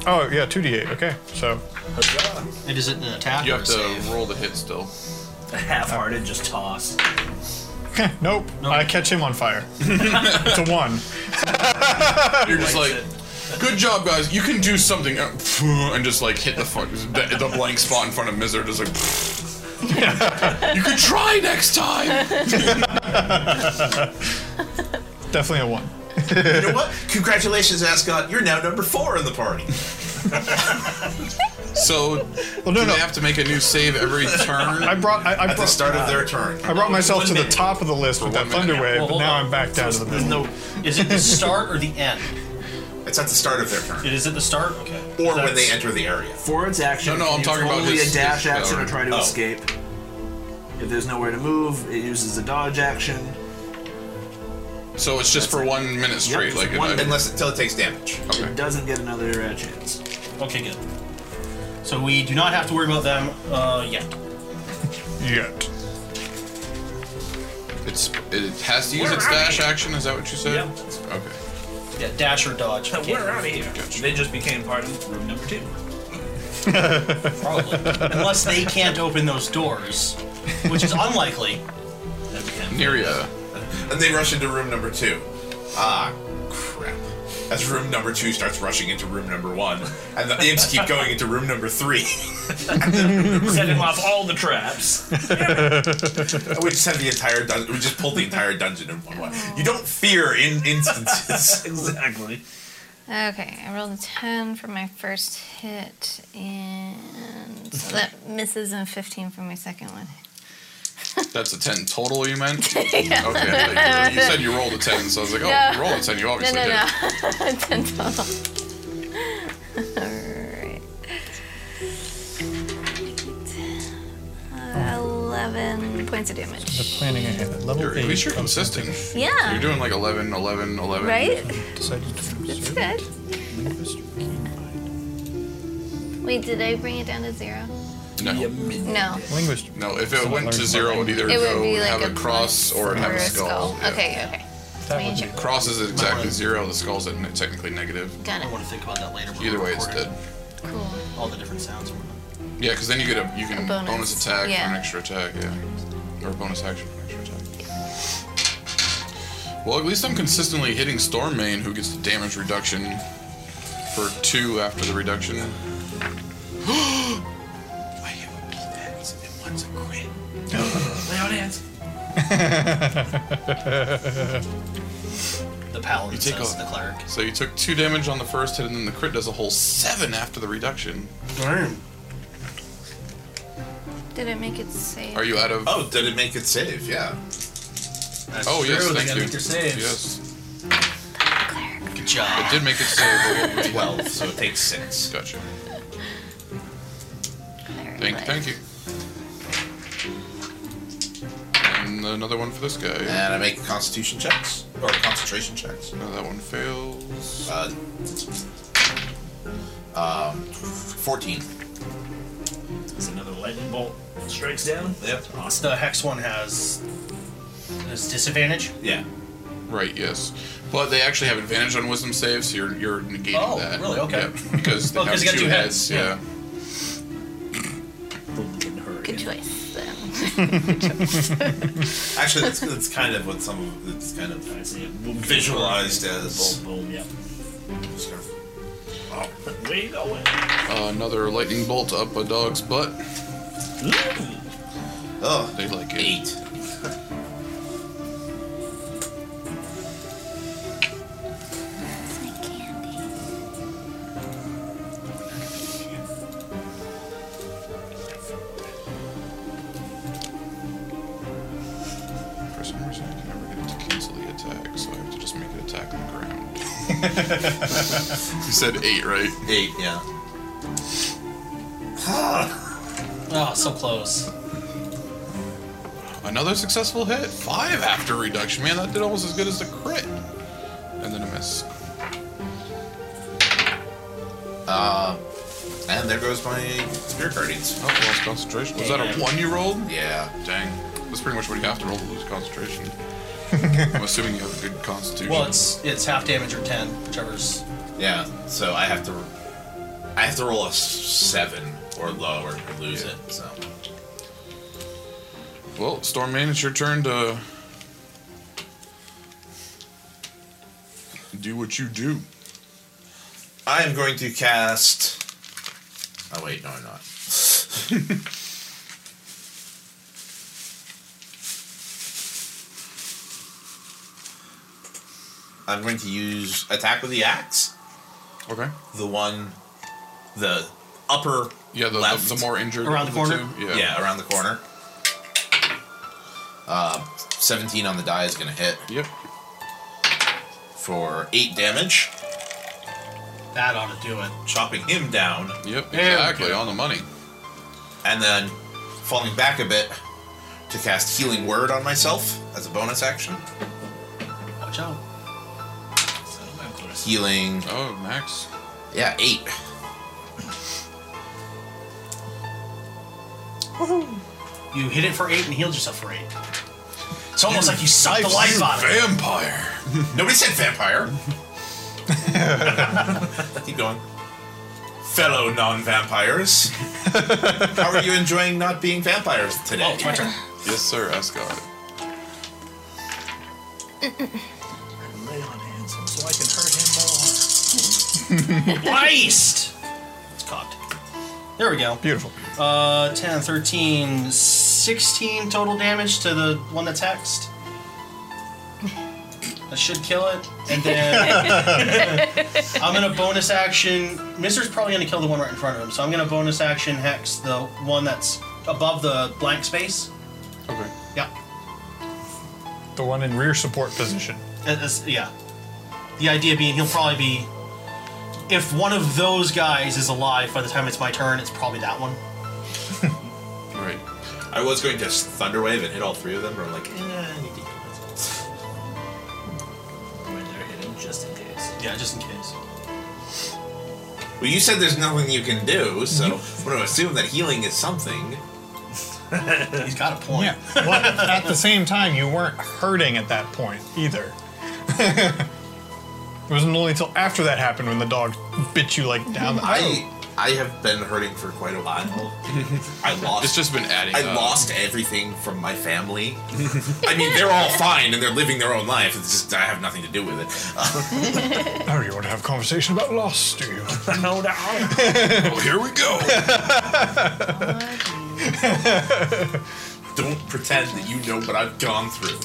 Speaker 4: Oh yeah, two d8. Okay, so
Speaker 3: And is it an attack?
Speaker 1: You
Speaker 3: or
Speaker 1: have
Speaker 3: a
Speaker 1: to
Speaker 3: save?
Speaker 1: roll the hit still.
Speaker 5: Half-hearted, just toss.
Speaker 4: nope. I catch him on fire. it's a one.
Speaker 1: You're just like, good job, guys. You can do something, uh, and just like hit the fuck the, the blank spot in front of Mizer. Just like, you could try next time.
Speaker 4: Definitely a one.
Speaker 2: You know what? Congratulations, Ascot. You're now number four in the party.
Speaker 1: So,
Speaker 4: Well,
Speaker 1: do
Speaker 4: Oh, no,
Speaker 1: they
Speaker 4: no.
Speaker 1: have to make a new save every turn?
Speaker 4: I brought. I, I
Speaker 2: At
Speaker 4: brought,
Speaker 2: the start of their turn.
Speaker 4: I brought myself
Speaker 3: One
Speaker 4: to
Speaker 3: minute.
Speaker 4: the top of the list with that
Speaker 1: one minute.
Speaker 4: thunder wave,
Speaker 3: Well,
Speaker 4: but
Speaker 3: hold
Speaker 4: now
Speaker 3: on.
Speaker 4: I'm back down to the
Speaker 3: There's
Speaker 4: middle.
Speaker 3: no. Is it the start or the end?
Speaker 2: It's at the start of their turn.
Speaker 3: It is at the start. Okay.
Speaker 2: Or when
Speaker 3: That's-
Speaker 2: they enter the area.
Speaker 5: For its action,
Speaker 1: No, no,
Speaker 5: it
Speaker 1: I'm
Speaker 5: can
Speaker 1: talking
Speaker 5: use
Speaker 1: about
Speaker 5: only
Speaker 1: his-
Speaker 5: a dash
Speaker 1: his
Speaker 5: action or
Speaker 1: power.
Speaker 5: try to
Speaker 2: Oh.
Speaker 5: escape. If there's nowhere to move, it uses a dodge action.
Speaker 1: so it's just for one minute straight,
Speaker 5: just
Speaker 1: like
Speaker 5: one
Speaker 1: I-
Speaker 5: minute.
Speaker 2: Unless until it takes damage.
Speaker 1: Okay.
Speaker 5: It doesn't get another uh, chance.
Speaker 3: Okay, good. So we do not have to worry about them uh, yet.
Speaker 4: Yet.
Speaker 1: It's it has to use
Speaker 8: Where
Speaker 1: its
Speaker 8: are
Speaker 1: dash
Speaker 8: we?
Speaker 1: action. Is that what you said?
Speaker 7: Yeah.
Speaker 1: Okay.
Speaker 3: Yeah, dash or dodge.
Speaker 7: So we're out of here.
Speaker 1: Gotcha.
Speaker 7: They just became part of room number two.
Speaker 3: Probably. Unless they can't open those doors, which is unlikely.
Speaker 7: That became-
Speaker 1: Neria.
Speaker 2: And they rush into room number two. Ah, crap. As room number two starts rushing into room number one, and the imps keep going into room number three.
Speaker 7: Setting off all the traps.
Speaker 2: we just have the entire dungeon. We just pulled the entire dungeon in one way. You don't fear in instances.
Speaker 7: exactly.
Speaker 6: Okay, I rolled a 10 for my first hit, and so that misses and 15 for my second one.
Speaker 1: That's a ten total. You meant? Okay. like, you said you rolled a ten, so I was like, oh,
Speaker 6: No.
Speaker 1: you rolled a ten. You
Speaker 6: No,
Speaker 1: obviously
Speaker 6: no,
Speaker 1: did.
Speaker 6: no. 10 total. Alright. Uh, 11 points of damage.
Speaker 4: Planning ahead. At level
Speaker 1: You're,
Speaker 4: eight.
Speaker 1: at least you're
Speaker 4: I'm
Speaker 1: consistent. You're
Speaker 6: Yeah,
Speaker 1: doing like 11, 11, 11.
Speaker 6: right?
Speaker 4: decided to
Speaker 6: That's
Speaker 4: preserve
Speaker 6: good.
Speaker 4: linguistic keen-mind.
Speaker 6: Wait, did I bring it down to zero?
Speaker 1: No.
Speaker 6: No.
Speaker 4: Linguistic.
Speaker 1: No, if
Speaker 4: So
Speaker 1: it
Speaker 4: I
Speaker 1: went to
Speaker 4: learned
Speaker 1: zero, it would
Speaker 4: something.
Speaker 1: either
Speaker 6: It would
Speaker 1: go
Speaker 6: be like
Speaker 1: have
Speaker 6: a
Speaker 1: a cross or it'd have
Speaker 6: or
Speaker 1: a
Speaker 6: a
Speaker 1: skull.
Speaker 6: skull.
Speaker 1: Yeah.
Speaker 6: Okay, okay.
Speaker 4: That
Speaker 6: Let me
Speaker 4: would be
Speaker 6: check.
Speaker 1: Cross is exactly zero, the skull's at ne- technically negative.
Speaker 6: Got
Speaker 3: I want
Speaker 6: it.
Speaker 3: to think about that later. when
Speaker 1: Either
Speaker 3: we're
Speaker 1: way, it's
Speaker 3: recording.
Speaker 1: dead.
Speaker 6: Cool.
Speaker 3: All the different sounds. and whatnot.
Speaker 1: Yeah, because then you get a you can
Speaker 6: A
Speaker 1: bonus,
Speaker 6: bonus.
Speaker 1: attack for
Speaker 6: Yeah.
Speaker 1: an extra attack, yeah, or bonus action for an extra attack. Well, at least I'm consistently hitting Storm Main, who gets the damage reduction for two after the reduction.
Speaker 2: I have a pants and one's a grin.
Speaker 7: Lay on hands.
Speaker 3: The paladin
Speaker 1: take
Speaker 3: says
Speaker 1: a-
Speaker 3: the cleric.
Speaker 1: So you took two damage on the first hit, and then the crit does a whole seven after the reduction.
Speaker 6: Did it make it safe?
Speaker 1: Are you out of?
Speaker 2: Oh, did it make it save? Yeah.
Speaker 3: That's
Speaker 1: Oh, yes,
Speaker 3: true, they
Speaker 1: thank
Speaker 3: gotta
Speaker 1: you.
Speaker 3: make their saves.
Speaker 1: Yes,
Speaker 3: Good job.
Speaker 1: did make it save.
Speaker 2: Twelve, so it takes six.
Speaker 1: Gotcha.
Speaker 6: Very
Speaker 1: Thank,
Speaker 6: good.
Speaker 1: thank you. And another one for this guy.
Speaker 2: And I make constitution checks. Or concentration checks.
Speaker 1: No, Oh, that one fails.
Speaker 2: Uh, um, 14.
Speaker 7: There's another lightning bolt. Strikes down.
Speaker 2: Yep.
Speaker 3: The hex one has this disadvantage.
Speaker 2: Yeah.
Speaker 1: Right, yes. But they actually have advantage on wisdom saves, so you're, you're negating
Speaker 3: Oh,
Speaker 1: that.
Speaker 3: really? Okay.
Speaker 1: Yep, because they
Speaker 3: Oh,
Speaker 1: have
Speaker 3: 'cause you got
Speaker 1: two
Speaker 3: two
Speaker 1: heads.
Speaker 3: heads,
Speaker 1: Yeah.
Speaker 6: Good choice. Then.
Speaker 2: Actually, that's, that's kind of what some of it's kind of
Speaker 7: I see it.
Speaker 2: visualized as.
Speaker 7: Boom, boom, yep.
Speaker 2: Oh,
Speaker 7: Where you going?
Speaker 1: Uh, another lightning bolt up a dog's butt.
Speaker 7: Ooh.
Speaker 2: oh,
Speaker 1: They like it.
Speaker 2: eight.
Speaker 1: For some reason, I can never get it to cancel the attack, so I have to just make it attack on the ground. you said eight, right?
Speaker 2: Eight, yeah.
Speaker 3: Oh, so close.
Speaker 1: Another successful hit. Five after reduction. Man, that did almost as good as the crit.
Speaker 2: Uh, and there goes my spirit guardians.
Speaker 1: Oh, lost concentration. Was that a
Speaker 2: Damn.
Speaker 1: one year old?
Speaker 2: Yeah.
Speaker 1: Dang. That's pretty much what you have to roll to lose concentration. I'm assuming you have a good constitution.
Speaker 3: Well, it's it's half damage or ten, whichever's.
Speaker 2: Yeah. So I have to, I have to roll a s- seven or lower to lose it. So
Speaker 1: Well, Stormman, it's your turn to do what you do.
Speaker 2: I am going to cast. Oh wait, no, I'm not. I'm going to use attack with the axe.
Speaker 1: Okay.
Speaker 2: The one, the upper
Speaker 1: Yeah, the,
Speaker 2: left.
Speaker 1: the, the more injured
Speaker 3: Around
Speaker 1: of
Speaker 3: the corner?
Speaker 1: two.
Speaker 2: yeah.
Speaker 1: Yeah.
Speaker 2: around the corner. Uh, 17 on the die is going to hit
Speaker 1: Yep.
Speaker 2: for 8 damage,
Speaker 3: That ought to do it.
Speaker 2: chopping him down,
Speaker 1: Yep. Exactly.
Speaker 2: go.
Speaker 1: On the money.
Speaker 2: and then falling back a bit to cast Healing Word on myself as a bonus action.
Speaker 3: Watch out.
Speaker 2: Healing,
Speaker 1: Oh, Max.
Speaker 2: yeah, 8.
Speaker 3: You hit it for eight and healed yourself for eight. It's almost like you sucked the life out of it.
Speaker 1: Vampire.
Speaker 2: Nobody said vampire. Keep going. Fellow non vampires, how are you enjoying not being vampires today?
Speaker 3: Oh, it's my turn.
Speaker 1: Yes, sir. Ascot.
Speaker 5: Lay on hands so I can hurt him more.
Speaker 3: Christ! It's cocked. There we go.
Speaker 4: Beautiful.
Speaker 3: Uh, 10, 13, 16 total damage to the one that's hexed. That should kill it. And then I'm gonna bonus action. Mister's probably gonna kill the one right in front of him, so I'm gonna bonus action hex the one that's above the blank space.
Speaker 1: Okay.
Speaker 3: Yeah.
Speaker 4: The one in rear support position.
Speaker 3: That- that's- yeah. The idea being he'll probably be. If one of those guys is alive by the time it's my turn, it's probably that one.
Speaker 1: All right.
Speaker 2: I was going to Thunderwave and hit all three of them, but I'm like, eh, I need to get
Speaker 7: Right there, hit him just in case.
Speaker 3: Yeah, just in case.
Speaker 2: Well, you said there's nothing you can do, so I'm
Speaker 3: Mm-hmm.
Speaker 2: going to assume that healing is something.
Speaker 3: He's got a point.
Speaker 4: Yeah. Well, at the same time, you weren't hurting at that point either. it wasn't only until after that happened when the dog bit you like down the.
Speaker 1: Oh.
Speaker 2: I I have been hurting for quite a while. I lost.
Speaker 1: It's just uh, been adding.
Speaker 2: I
Speaker 1: up.
Speaker 2: lost everything from my family. I mean, they're all fine and they're living their own life. It's just I have nothing to do with it. Uh,
Speaker 4: Oh, you want to have a conversation about loss, do you?
Speaker 8: No, no.
Speaker 1: Well, Oh, here we go.
Speaker 2: Don't pretend that you know what I've gone through.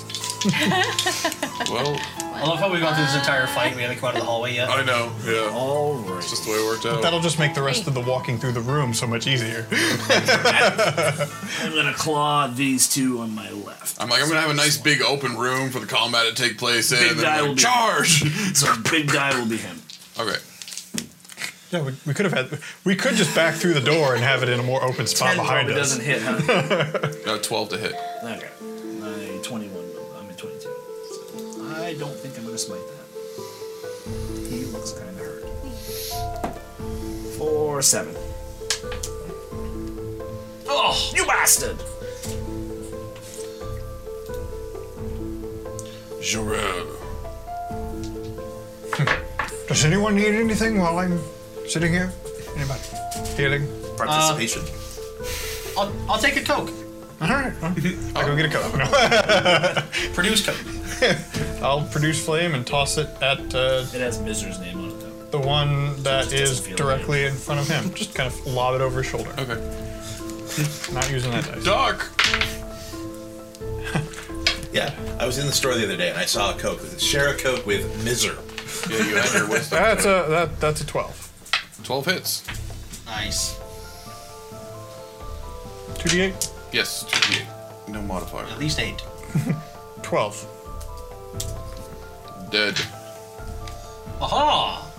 Speaker 1: well,
Speaker 3: I love how we've gone through this entire fight and we haven't come out of the hallway yet.
Speaker 1: I know. Yeah.
Speaker 5: All
Speaker 1: It's
Speaker 5: right.
Speaker 1: just the way it worked out.
Speaker 4: That'll just make the rest of the walking through the room so much easier.
Speaker 7: I'm gonna claw these two on my left.
Speaker 1: I'm like, I'm gonna have a nice big open room for the combat to take place in,
Speaker 7: Big
Speaker 1: and
Speaker 7: guy
Speaker 1: then
Speaker 7: will
Speaker 1: like,
Speaker 7: be-
Speaker 1: charge.
Speaker 7: So big guy will be him.
Speaker 1: okay.
Speaker 4: Yeah, we, we could have had. We could just back through the door and have it in a more open spot
Speaker 7: Ten
Speaker 4: behind
Speaker 7: probably
Speaker 4: us.
Speaker 7: doesn't hit. Huh?
Speaker 1: Got a 12 to hit.
Speaker 7: okay. My 21. I'm at 22. So I don't think I'm gonna smite that. He looks kind of hurt. Four seven. Oh, you bastard!
Speaker 1: Jarell.
Speaker 4: Does anyone need anything while I'm sitting here? Anybody? Healing?
Speaker 2: Participation.
Speaker 1: Uh.
Speaker 3: I'll, I'll take a Coke.
Speaker 4: All right. Well, I'll go get a coke. No.
Speaker 3: Produce Coke.
Speaker 4: I'll produce flame and toss it at uh,
Speaker 7: It has Miser's name on it though.
Speaker 4: the one that
Speaker 7: Just doesn't
Speaker 4: is
Speaker 7: feel
Speaker 4: directly in front of him. Just kind of lob it over his shoulder.
Speaker 1: Okay.
Speaker 4: Not using that dice.
Speaker 1: Doc.
Speaker 2: yeah, I was in the store the other day and I saw a Coke. It said, Share a Coke with Miser.
Speaker 1: Yeah, you had your wisdom.
Speaker 4: That's a that, that's a twelve.
Speaker 1: 12 hits.
Speaker 3: Nice.
Speaker 4: Two d eight.
Speaker 1: Yes, 2d8. No modifier.
Speaker 3: At least eight.
Speaker 4: Twelve.
Speaker 1: Dead.
Speaker 3: Aha!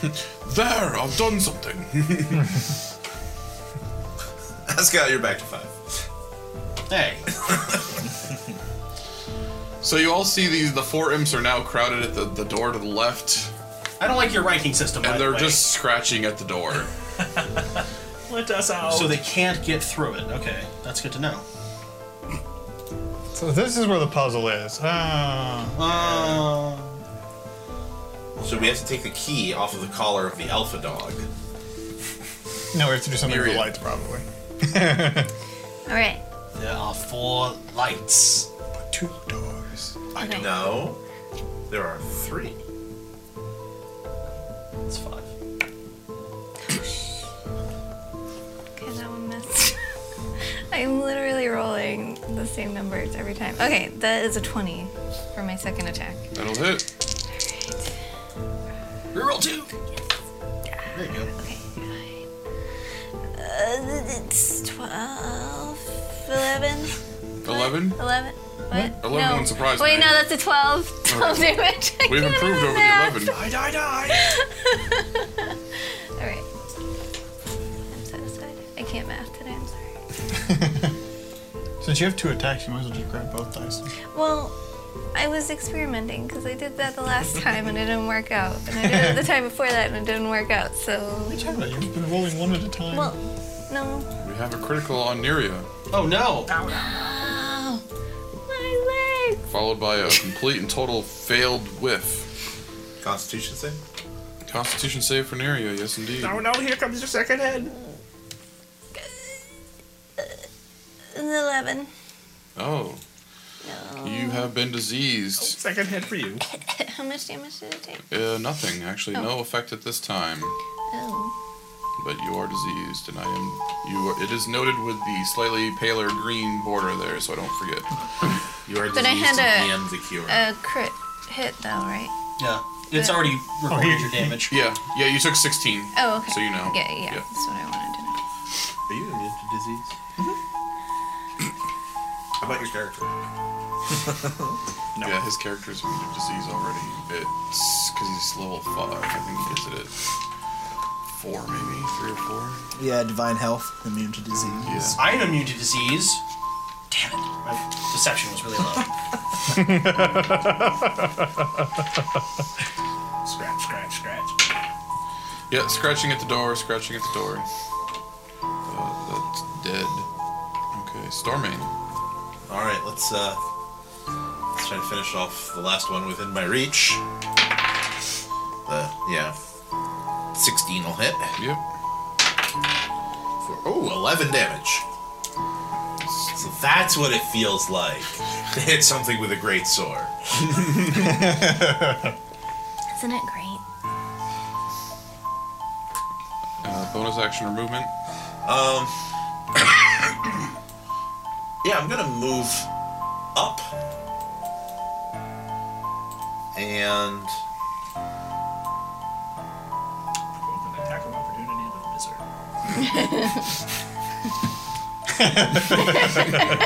Speaker 1: There, I've done something.
Speaker 2: Ascot, you're back to five.
Speaker 3: Hey.
Speaker 1: So you all see these the four imps are now crowded at the, the door to the left.
Speaker 3: I don't like your ranking system. by
Speaker 1: and
Speaker 3: the
Speaker 1: they're
Speaker 3: way.
Speaker 1: just scratching at the door.
Speaker 8: Let us out.
Speaker 3: so they can't get through it. Okay, that's good to know.
Speaker 4: So this is where the puzzle is. Ah.
Speaker 3: Uh,
Speaker 2: So we have to take the key off of the collar of the alpha dog.
Speaker 4: No, we have to do something with
Speaker 1: Period.
Speaker 4: the lights, probably.
Speaker 6: All right.
Speaker 3: there are four lights.
Speaker 4: Two doors.
Speaker 6: Okay.
Speaker 2: No, there are three.
Speaker 3: It's five.
Speaker 6: Okay, that one missed. I'm literally rolling the same numbers every time. Okay, that is a 20 for my second attack.
Speaker 1: That'll hit.
Speaker 5: Reroll two.
Speaker 3: There you go.
Speaker 6: Okay, fine. Uh, it's 12, 11,
Speaker 1: 11?
Speaker 6: 11. What?
Speaker 1: 11
Speaker 6: no.
Speaker 1: wouldn't surprise
Speaker 6: Wait,
Speaker 1: me.
Speaker 6: no, that's a 12. 12 damage. I
Speaker 1: We've
Speaker 6: can't
Speaker 1: improved
Speaker 6: do
Speaker 1: over the
Speaker 6: math.
Speaker 1: 11.
Speaker 5: I die, die.
Speaker 6: All right. I'm satisfied. I can't math today, I'm sorry.
Speaker 4: Since you have two attacks, you might as well just grab both dice.
Speaker 6: Well, I was experimenting because I did that the last time and it didn't work out. And I did it the time before that and it didn't work out. So,
Speaker 4: What are you talking about? You've been rolling one at a time.
Speaker 6: well, no.
Speaker 1: We have a critical on Neria,
Speaker 3: Oh no!
Speaker 6: Oh, my legs.
Speaker 1: followed by a complete and total failed whiff.
Speaker 2: Constitution thing?
Speaker 1: Constitution save for Neria, yes indeed.
Speaker 8: Oh no, here comes your second head.
Speaker 6: An 11.
Speaker 1: Oh,
Speaker 6: No.
Speaker 1: you have been diseased.
Speaker 8: Second head for you.
Speaker 6: How much damage did it take?
Speaker 1: Uh, nothing, actually.
Speaker 7: Oh.
Speaker 1: No effect at this time.
Speaker 6: Oh.
Speaker 1: But you are diseased, and I am. You. Are, it is noted with the slightly paler green border there, so I don't forget.
Speaker 2: You are
Speaker 6: But I
Speaker 2: diseased
Speaker 6: had
Speaker 2: and
Speaker 6: a-
Speaker 2: DM the cure.
Speaker 6: A crit hit, though, right?
Speaker 3: Yeah, it's already recorded your damage.
Speaker 1: Yeah, yeah. You took 16.
Speaker 6: Oh, okay.
Speaker 1: So you know.
Speaker 6: Yeah, yeah.
Speaker 1: Yeah.
Speaker 6: That's what I wanted to know.
Speaker 2: Are you immune to disease? How about your character?
Speaker 1: Yeah, his character's immune to disease already. It's because he's level five. I think he is it at four, maybe three or four.
Speaker 7: Yeah, divine health, immune to disease.
Speaker 1: Yeah.
Speaker 3: I am immune to disease. Damn it! My deception was really low.
Speaker 8: Scratch, scratch, scratch.
Speaker 1: Yeah, scratching at the door, scratching at the door. Uh, that's dead. Okay, Stormane.
Speaker 2: All right, let's uh, let's try to finish off the last one within my reach. The yeah, sixteen will hit
Speaker 1: Yep.
Speaker 2: for oh 11 damage. So that's what it feels like to hit something with a great sword.
Speaker 6: Isn't it great?
Speaker 1: Uh, bonus action or movement.
Speaker 2: Um, yeah, I'm gonna move up and
Speaker 8: Open the attack of opportunity with a wizard.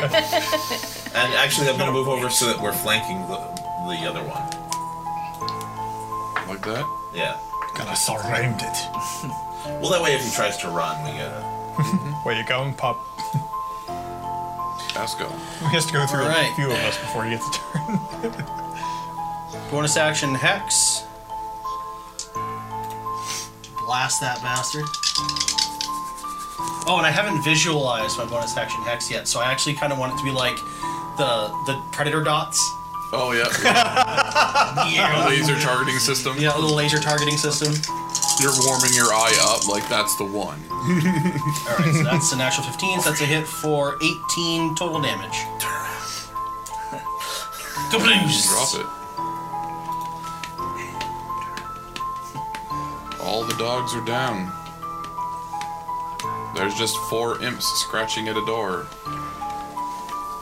Speaker 2: and actually I'm gonna move over so that we're flanking the the other one.
Speaker 1: Like that.
Speaker 2: Yeah.
Speaker 4: God, I surround it.
Speaker 2: Well, that way if he tries to run, we get a
Speaker 4: Where you going, pup?
Speaker 1: Pascal.
Speaker 4: He has to go through a
Speaker 3: Alright.
Speaker 4: few of us before he gets a turn.
Speaker 3: Bonus action hex. Blast that bastard. Oh, and I haven't visualized my bonus action hex yet, so I actually kind of want it to be like the the predator dots.
Speaker 1: Oh yeah.
Speaker 3: Yeah,
Speaker 1: Laser targeting system.
Speaker 3: yeah, a little laser targeting system.
Speaker 1: You're warming your eye up like that's the one.
Speaker 3: All right, so that's an actual 15. So that's a hit for 18 total damage. Kabloos!
Speaker 1: Drop it. All the dogs are down. There's just four imps scratching at a door.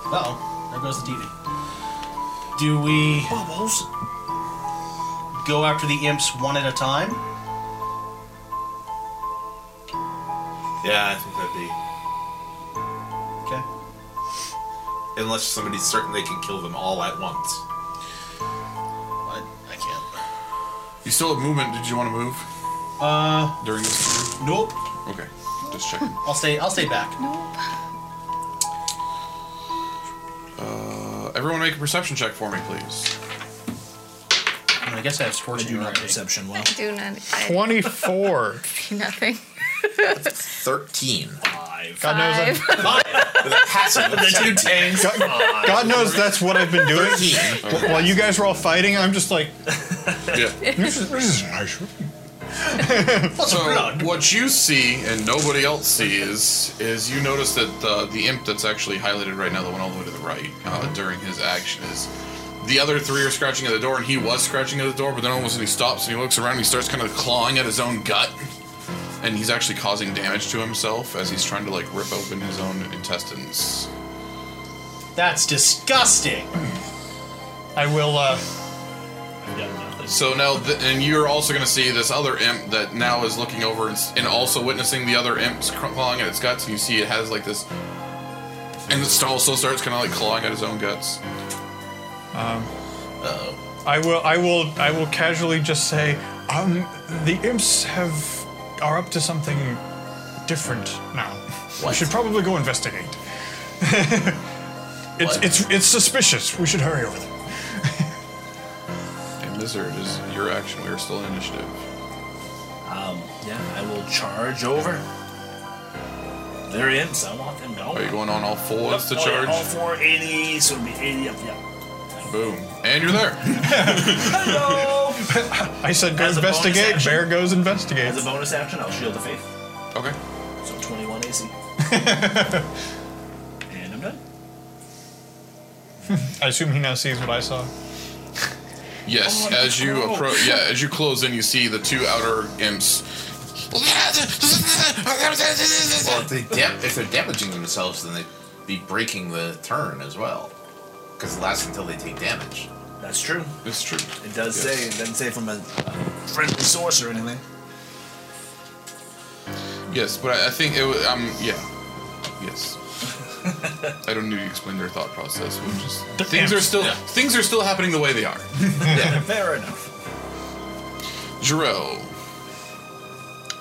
Speaker 3: Uh-oh, there goes the TV. Do we go after the imps one at a time?
Speaker 2: yeah. I think that'd
Speaker 3: Okay.
Speaker 2: be unless somebody's certain they can kill them all at once.
Speaker 3: I, I can't.
Speaker 1: You still have movement. Did you want to move
Speaker 3: Uh,
Speaker 1: during this? turn?
Speaker 3: nope.
Speaker 1: Okay, just checking.
Speaker 3: I'll stay. I'll stay back.
Speaker 1: Uh, everyone, make a perception check for me, please.
Speaker 3: I'm gonna guess I have scorching.
Speaker 5: do not
Speaker 3: already.
Speaker 5: perception well.
Speaker 6: I do not. I
Speaker 4: 24.
Speaker 6: see nothing.
Speaker 2: 13.
Speaker 4: God knows, I-
Speaker 6: Five.
Speaker 2: With a passive of two tanks.
Speaker 4: God knows that's what I've been doing. Wh- While you guys were all fighting, I'm just like,
Speaker 1: Yeah.
Speaker 4: this is, this is nice.
Speaker 1: So what you see and nobody else sees is you notice that the the imp that's actually highlighted right now, the one all the way to the right, uh, during his action is. The other three are scratching at the door, and he was scratching at the door, but then almost he stops and he looks around and he starts kind of clawing at his own gut. And he's actually causing damage to himself as he's trying to like rip open his own intestines.
Speaker 3: That's disgusting.
Speaker 4: I will, uh,
Speaker 1: So now, th- and you're also going to see this other imp that now is looking over and, s- and also witnessing the other imps cr- clawing at its guts. And you see it has like this, and it st- also starts kind of like clawing at his own guts.
Speaker 4: I will, I will, I will casually just say, um, the imps have, are up to something different now. We should probably go investigate. it's,
Speaker 2: What?
Speaker 4: it's, it's suspicious. We should hurry over there.
Speaker 1: And lizard is your action. We are still in initiative.
Speaker 7: Yeah, I will charge over. They're imps. I want them
Speaker 1: Are you
Speaker 7: going.
Speaker 1: going on all fours to
Speaker 7: Oh, yeah,
Speaker 1: charge?
Speaker 7: all four 80, so it'll be 80 up. Yeah.
Speaker 1: Boom, and you're there.
Speaker 4: I said go
Speaker 7: As a bonus
Speaker 4: investigate.
Speaker 7: action.
Speaker 4: Bear goes investigate.
Speaker 7: As a bonus action, I'll shield the faith.
Speaker 1: Okay.
Speaker 7: So 21 AC. and I'm done.
Speaker 4: I assume he now sees what I saw.
Speaker 1: Yes,
Speaker 7: Oh,
Speaker 1: as you approach, yeah, as you close in, you see the two outer imps.
Speaker 2: Well, if, they dam- if they're damaging themselves, then they'd be breaking the turn as well. Because it lasts until they take damage.
Speaker 7: That's true.
Speaker 1: It's true.
Speaker 7: It does say. It doesn't say from a, a friendly source or anything.
Speaker 1: Yes, but I, I think it was. Um, yeah. Yes. I don't need to explain their thought process. We'll just, things are still things are still happening the way they are.
Speaker 7: Fair enough.
Speaker 1: Jiro,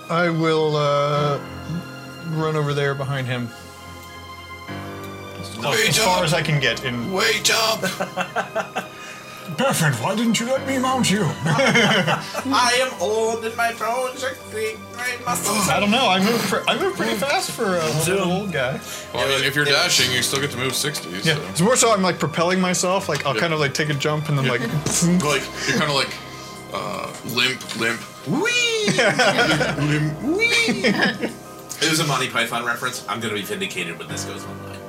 Speaker 4: I will uh, run over there behind him. as far as I can get in.
Speaker 1: wait up!
Speaker 4: Perfect. Why didn't you let me mount you?
Speaker 2: I am old and my bones are creaking. My muscles
Speaker 4: I don't know. I move. Pre- I move
Speaker 7: Hmm.
Speaker 4: pretty fast for a old guy.
Speaker 1: Well, I mean, if you're dashing, you still get to move sixty.
Speaker 4: Yeah.
Speaker 1: So.
Speaker 4: It's more so I'm like propelling myself. Like I'll
Speaker 1: Yeah.
Speaker 4: kind of like take a jump and then like.
Speaker 1: like you're kind of like uh, limp, limp, wee, limp, limp, wee.
Speaker 2: It was a Monty Python reference. I'm going to be vindicated when this goes online.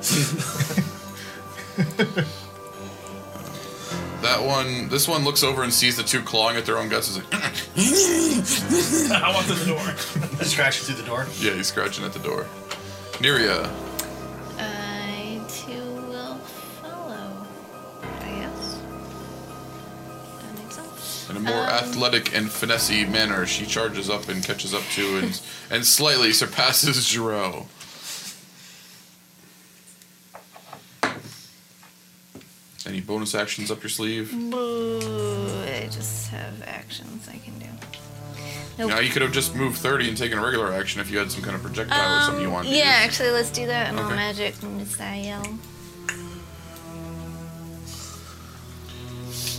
Speaker 1: That one, this one looks over and sees the two clawing at their own guts. Is like,
Speaker 8: I walk through the door.
Speaker 3: Distraction through the door.
Speaker 1: yeah, he's scratching at the door. Neria,
Speaker 6: I too will follow. I guess. That makes sense.
Speaker 1: In a more athletic and finessey manner, she charges up and catches up to and and slightly surpasses Giro. Any bonus actions up your sleeve?
Speaker 6: Boo, I just have actions I can do. Nope.
Speaker 1: Now you could have just moved 30 and taken a regular action if you had some kind of projectile or something you wanted. to
Speaker 6: Um, yeah,
Speaker 1: use.
Speaker 6: actually, let's do that. And
Speaker 1: Okay.
Speaker 6: I'll magic missile.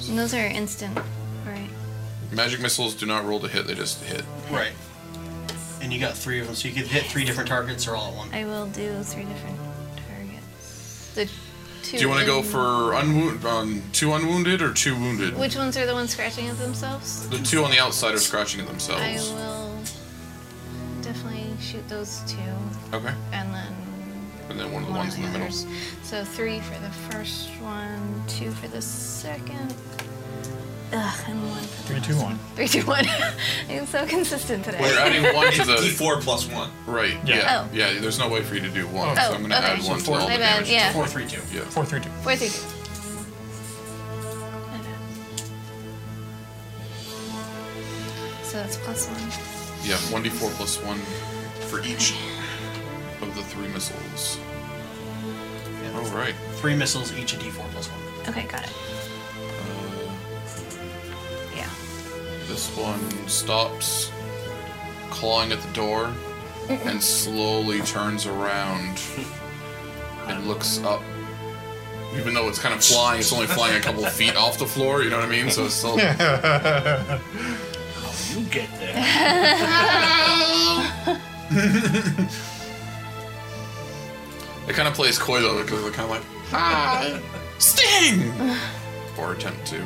Speaker 6: And those are instant, right?
Speaker 1: Magic missiles do not roll to hit; they just hit.
Speaker 3: Right. And you got three of them, so you could hit three different targets or all at once.
Speaker 6: I will do three different targets. The two.
Speaker 1: Do you want to go
Speaker 6: in-
Speaker 1: for unwound, um, two unwounded or two wounded?
Speaker 6: Which ones are the ones scratching at themselves?
Speaker 1: the two on the outside are scratching at
Speaker 6: I
Speaker 1: themselves.
Speaker 6: will definitely shoot those two,
Speaker 1: Okay,
Speaker 6: and then
Speaker 1: and then one of the
Speaker 6: one
Speaker 1: ones
Speaker 6: of
Speaker 1: in
Speaker 6: the
Speaker 1: the middle.
Speaker 6: others. So three for the first one, two for the second. Ugh, and one for
Speaker 4: Three,
Speaker 6: the last
Speaker 4: two, one.
Speaker 6: Three, two, one. I'm so consistent today.
Speaker 1: Well, you're adding one to the
Speaker 2: D4 plus one.
Speaker 1: right.
Speaker 4: Yeah.
Speaker 1: Yeah.
Speaker 6: Oh.
Speaker 1: Yeah. There's no way for you to do one,
Speaker 6: Oh,
Speaker 1: so I'm gonna
Speaker 6: okay.
Speaker 1: add one to
Speaker 6: Four.
Speaker 1: all
Speaker 6: My
Speaker 1: the
Speaker 6: bad.
Speaker 1: damage.
Speaker 6: Yeah.
Speaker 3: Four, three, two.
Speaker 1: Yeah.
Speaker 4: Four, three, two.
Speaker 6: Four, three, two. My bad. So that's plus one.
Speaker 1: Yeah. One d4 plus one for each of the three missiles. All right.
Speaker 3: Three missiles, each a d4 plus one.
Speaker 6: Okay, got it. Yeah.
Speaker 1: This one stops clawing at the door and slowly turns around and looks up even though it's kind of flying, it's only flying a couple of feet off the floor. You know what I mean? So it's still.
Speaker 7: You get there.
Speaker 1: It kind of plays coy though, because they're kind of like, "Hi, sting," or attempt to.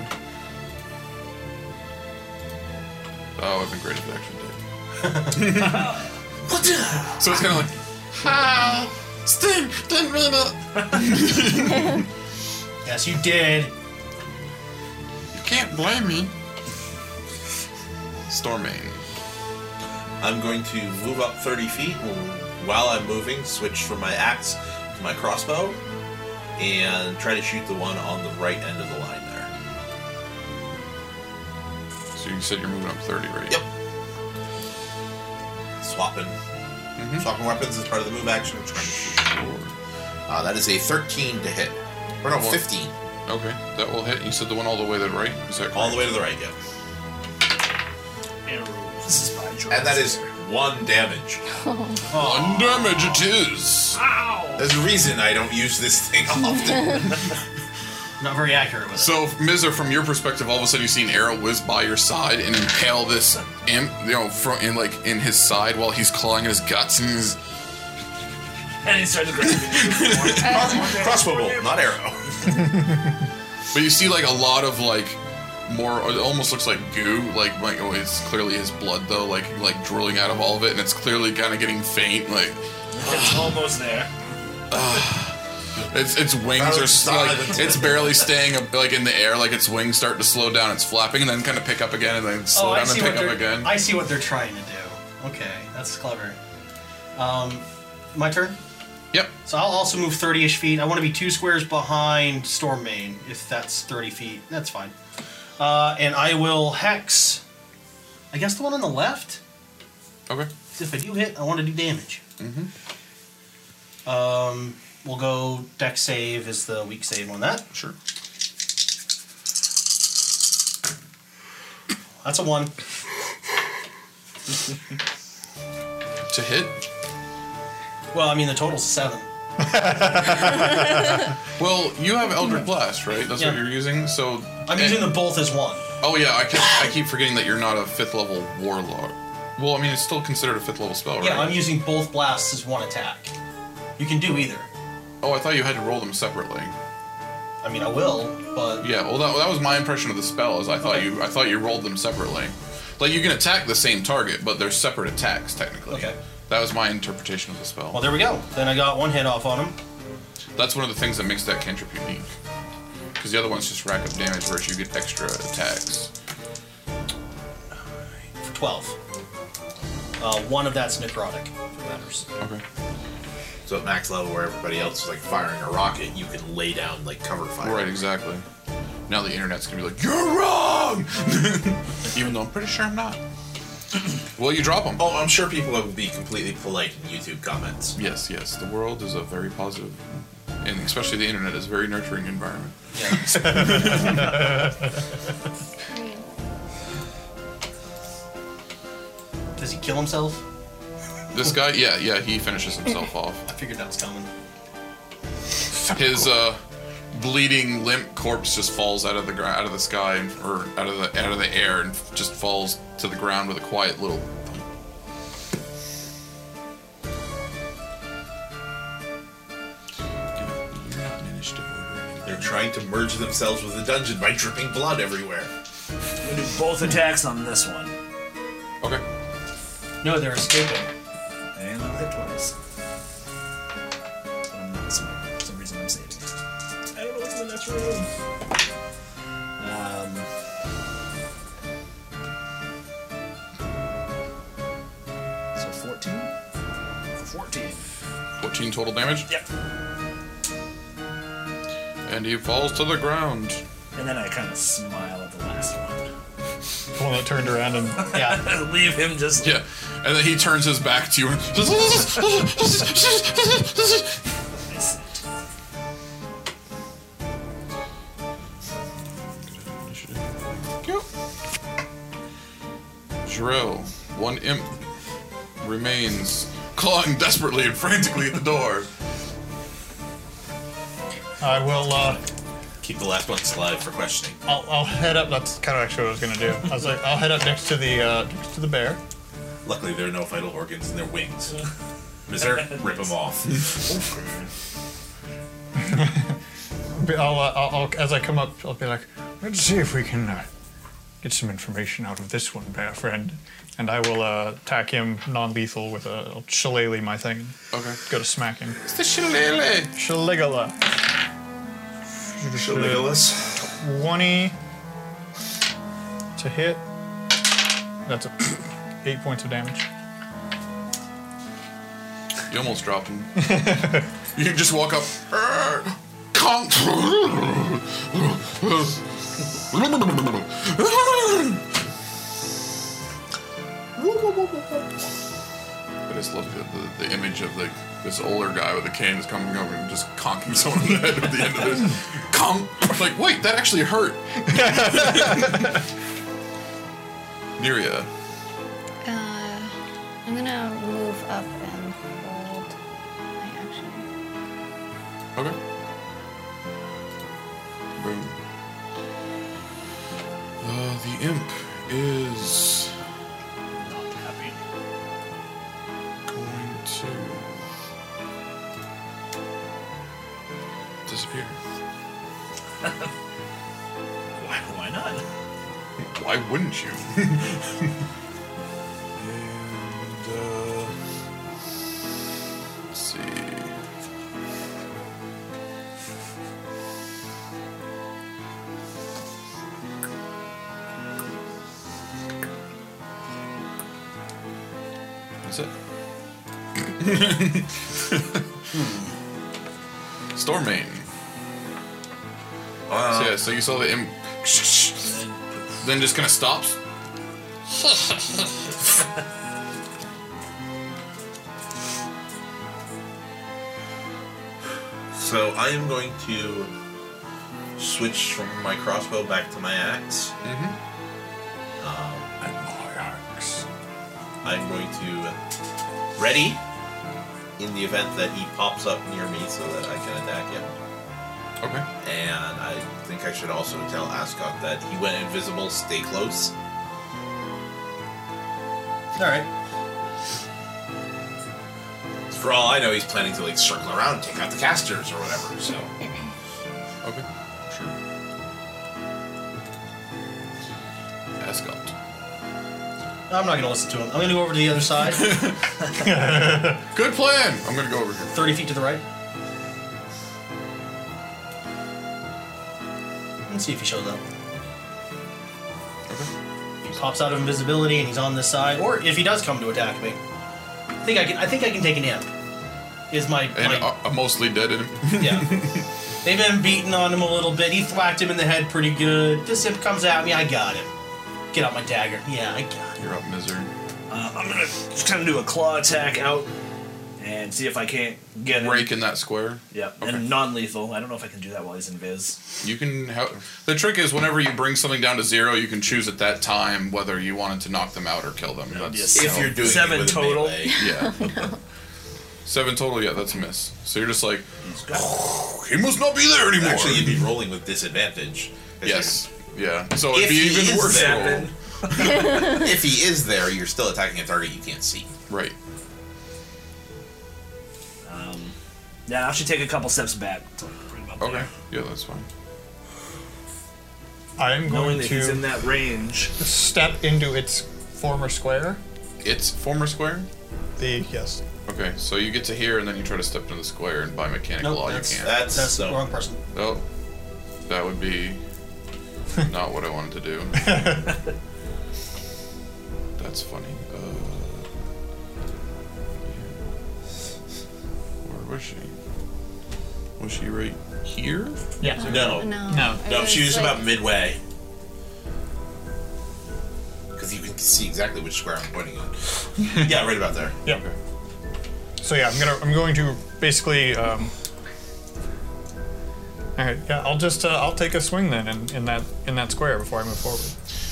Speaker 1: Oh, it'd been great if it actually did. so it's kind of like, "Hi, sting." Didn't mean it.
Speaker 3: Yes, you did.
Speaker 1: You can't blame me. Stormane.
Speaker 2: I'm going to move up 30 feet. and While I'm moving, switch from my axe to my crossbow and try to shoot the one on the right end of the line there.
Speaker 1: So you said you're moving up 30, right?
Speaker 2: Yep. Swapping. Swapping weapons is part of the move action. I'm trying to shoot. Uh, that is a 13 to hit. Or no,
Speaker 1: What?
Speaker 2: 15.
Speaker 1: Okay, that will hit. You said the one all the way to the right. Is that correct?
Speaker 2: All the way to the right, yeah.
Speaker 7: This is my choice.
Speaker 2: And that is one damage.
Speaker 1: One damage it is.
Speaker 2: There's a reason I don't use this thing often.
Speaker 3: Not very accurate with it.
Speaker 1: So, Mizzer, from your perspective, all of a sudden you see an arrow whiz by your side and impale this imp, you know, front in like in his side while he's clawing at his guts, and he's,
Speaker 8: And he started grabbing.
Speaker 2: Crossbow bolt, not arrow.
Speaker 1: but you see like a lot of like more, it almost looks like goo, like like oh, it's clearly his blood though, like like drilling out of all of it, and it's clearly kind of getting faint, like
Speaker 8: it's almost there.
Speaker 1: Its its wings
Speaker 2: Barely
Speaker 1: are s-
Speaker 2: solid.
Speaker 1: like it's barely staying up, like in the air. Like its wings start to slow down, it's flapping, and then kind of pick up again, and then slow
Speaker 3: oh, I
Speaker 1: down
Speaker 3: see
Speaker 1: and
Speaker 3: what
Speaker 1: pick up
Speaker 3: they're.
Speaker 1: again.
Speaker 3: I see what they're trying to do. Okay, that's clever. Um, my turn.
Speaker 1: yep.
Speaker 3: So I'll also move 30-ish feet. I want to be two squares behind Storm Main, if that's 30 feet. That's fine. Uh, and I will hex. I guess the one on the left.
Speaker 1: Okay.
Speaker 3: 'Cause if I do hit, I want to do damage. Mm-hmm. Um, we'll go deck save is the weak save on that.
Speaker 1: Sure.
Speaker 3: That's a one.
Speaker 1: To hit.
Speaker 3: Well, I mean the total's seven.
Speaker 1: Well, you have Eldritch Blast, right? That's what
Speaker 3: Yeah.
Speaker 1: you're using. So
Speaker 3: I'm using them both as one.
Speaker 1: Oh yeah, I keep, I keep forgetting that you're not a fifth level warlock. Well, I mean, it's still considered a fifth level spell, right?
Speaker 3: Yeah, I'm using both blasts as one attack. You can do either.
Speaker 1: oh, I thought you had to roll them separately.
Speaker 3: I mean, I will, but
Speaker 1: Yeah, well, that, that was my impression of the spell. Is I thought
Speaker 3: Okay.
Speaker 1: you I thought you rolled them separately. Like you can attack the same target, but they're separate attacks technically.
Speaker 3: Okay.
Speaker 1: That was my interpretation of the spell.
Speaker 3: well, there we go. Then I got one hit off on him.
Speaker 1: That's one of the things that makes that cantrip unique. Because the other ones just rack up damage, whereas you get extra attacks.
Speaker 3: for 12. Uh, one of that's necrotic, if it matters.
Speaker 1: Okay.
Speaker 2: So at max level, where everybody else is like firing a rocket, you can lay down like cover fire.
Speaker 1: Right, exactly. Now the internet's gonna be like, you're wrong, even though I'm pretty sure I'm not. well, you drop them.
Speaker 2: Oh, I'm sure people will be completely polite in YouTube comments.
Speaker 1: Yes, yes. The world is a very positive, and especially the internet is a very nurturing environment.
Speaker 3: Does he kill himself?
Speaker 1: This guy, yeah, yeah, he finishes himself off.
Speaker 3: I figured that was coming.
Speaker 1: His uh, bleeding, limp corpse just falls out of the ground, out of the sky, and, or out of the out of the air, and just falls to the ground with a quiet little. thump. You're not in initiative order.
Speaker 2: They're trying to merge themselves with the dungeon by dripping blood everywhere.
Speaker 7: I'm gonna do both attacks on this one.
Speaker 1: Okay.
Speaker 3: No, they're escaping.
Speaker 7: And I'll hit twice. But I'm not saving. For some reason, I'm saving. I don't know what's in the next room. Um. So 14? 14.
Speaker 1: 14 total damage,
Speaker 7: Yep.
Speaker 1: and he falls to the ground.
Speaker 7: And then I kind of smile at the last one.
Speaker 4: The one that turned around and
Speaker 3: Yeah.
Speaker 7: Leave him just.
Speaker 1: Yeah, and then he turns his back to you and
Speaker 7: Nice.
Speaker 1: Drill. One imp remains clawing desperately and frantically at the door.
Speaker 4: I will. Uh,
Speaker 2: Keep the last one alive for questioning.
Speaker 4: I'll, I'll head up. That's kind of actually what I was gonna do. I was like, I'll head up next to the uh, next to the bear.
Speaker 2: Luckily, there are no vital organs in their wings. Mister, rip them off.
Speaker 4: Be- I'll, uh, I'll, I'll as I come up, I'll be like, let's see if we can uh, get some information out of this one bear friend, and I will uh, attack him non-lethal with a I'll shillelagh my thing.
Speaker 1: Okay.
Speaker 4: Go to smack him.
Speaker 1: It's the shillelagh.
Speaker 4: Shilligala.
Speaker 5: Shaligalas.
Speaker 4: Twenty to hit. That's a eight points of damage.
Speaker 1: You almost dropped him. you can just walk up. "Err, Control. I just love the, the, the image of like this older guy with a cane just coming over and just conking someone in the head at the end of this. Conk. Like, wait, that actually hurt. Neria.
Speaker 6: Uh, I'm gonna move up and hold my action.
Speaker 1: Okay. Boom. Uh, the imp is
Speaker 8: Not happy.
Speaker 1: going to disappear.
Speaker 8: Why, why not?
Speaker 1: Why wouldn't you? and, uh, let's see. That's it. Hmm. Stormane. so yeah, so you saw the imp. Then just kind of stops.
Speaker 2: So I am going to switch from my crossbow back to my axe. Um,
Speaker 1: Mm-hmm.
Speaker 2: I'm going to ready in the event that he pops up near me so that I can attack him.
Speaker 1: Okay.
Speaker 2: And I think I should also tell Ascot that he went invisible. Stay close.
Speaker 3: All right.
Speaker 2: For all I know, he's planning to like circle around, take out the casters or whatever. So
Speaker 1: Okay. Sure. Ascot.
Speaker 3: I'm not gonna listen to him. I'm gonna go over to the other side,
Speaker 1: Good plan. I'm gonna go over here.
Speaker 3: 30 feet to the right, and see if he shows up. He pops out of invisibility and he's on this side, or if he does come to attack me, I think I can. I think I can take an imp. Is my,
Speaker 1: And uh,
Speaker 3: my
Speaker 1: a, a mostly dead enemy.
Speaker 3: Yeah. They've been beating on him a little bit. He thwacked him in the head pretty good. This imp comes at me. I got him. Get out my dagger. Yeah, I got him.
Speaker 1: You're up, Misery.
Speaker 5: Uh, I'm gonna just kind of do a claw attack out and see if I can't get him.
Speaker 1: Break in that square.
Speaker 5: Yeah,
Speaker 1: Okay.
Speaker 5: and non-lethal. I don't know if I can do that while he's in Viz.
Speaker 1: You can. Help. The trick is, whenever you bring something down to zero, you can choose at that time whether you wanted to knock them out or kill them. That's
Speaker 5: yes.
Speaker 2: if you're doing
Speaker 5: Seven
Speaker 2: it with a
Speaker 5: total.
Speaker 2: melee,
Speaker 1: yeah. Seven total. Yeah, that's a miss. So you're just like, he must not be there anymore.
Speaker 2: actually you'd be rolling with disadvantage. 'cause
Speaker 1: yes. Yeah. So
Speaker 2: you're-
Speaker 1: it'd
Speaker 2: If
Speaker 1: be
Speaker 2: he
Speaker 1: even
Speaker 2: is
Speaker 1: worse.
Speaker 2: there,
Speaker 1: roll.
Speaker 2: if he is there, you're still attacking a target you can't see.
Speaker 1: Right.
Speaker 5: Yeah, I should take a couple steps back. That's all I'm worried about
Speaker 1: Okay.
Speaker 5: there.
Speaker 1: Yeah, that's fine.
Speaker 4: I am
Speaker 5: Knowing
Speaker 4: going
Speaker 5: that he's in
Speaker 4: to
Speaker 5: that range.
Speaker 4: step into its former square.
Speaker 1: It's former square.
Speaker 4: The yes.
Speaker 1: Okay, so you get to here, and then you try to step into the square, and by mechanical
Speaker 3: Nope,
Speaker 1: law, you
Speaker 3: that's-
Speaker 1: can't.
Speaker 2: That's,
Speaker 3: That's the
Speaker 2: so.
Speaker 3: wrong person.
Speaker 1: Oh, that would be not what I wanted to do. That's funny. Uh, where was she? Was she right here?
Speaker 4: Yeah.
Speaker 2: No,
Speaker 6: No.
Speaker 4: No.
Speaker 6: I
Speaker 2: No,
Speaker 6: was
Speaker 2: she was
Speaker 6: like-
Speaker 2: about midway. Because you can see exactly which square I'm pointing on. yeah, right about there.
Speaker 4: Yeah. So yeah, I'm gonna I'm going to basically. Um, all right. Yeah, I'll just uh, I'll take a swing then in, in that in that square before I move forward.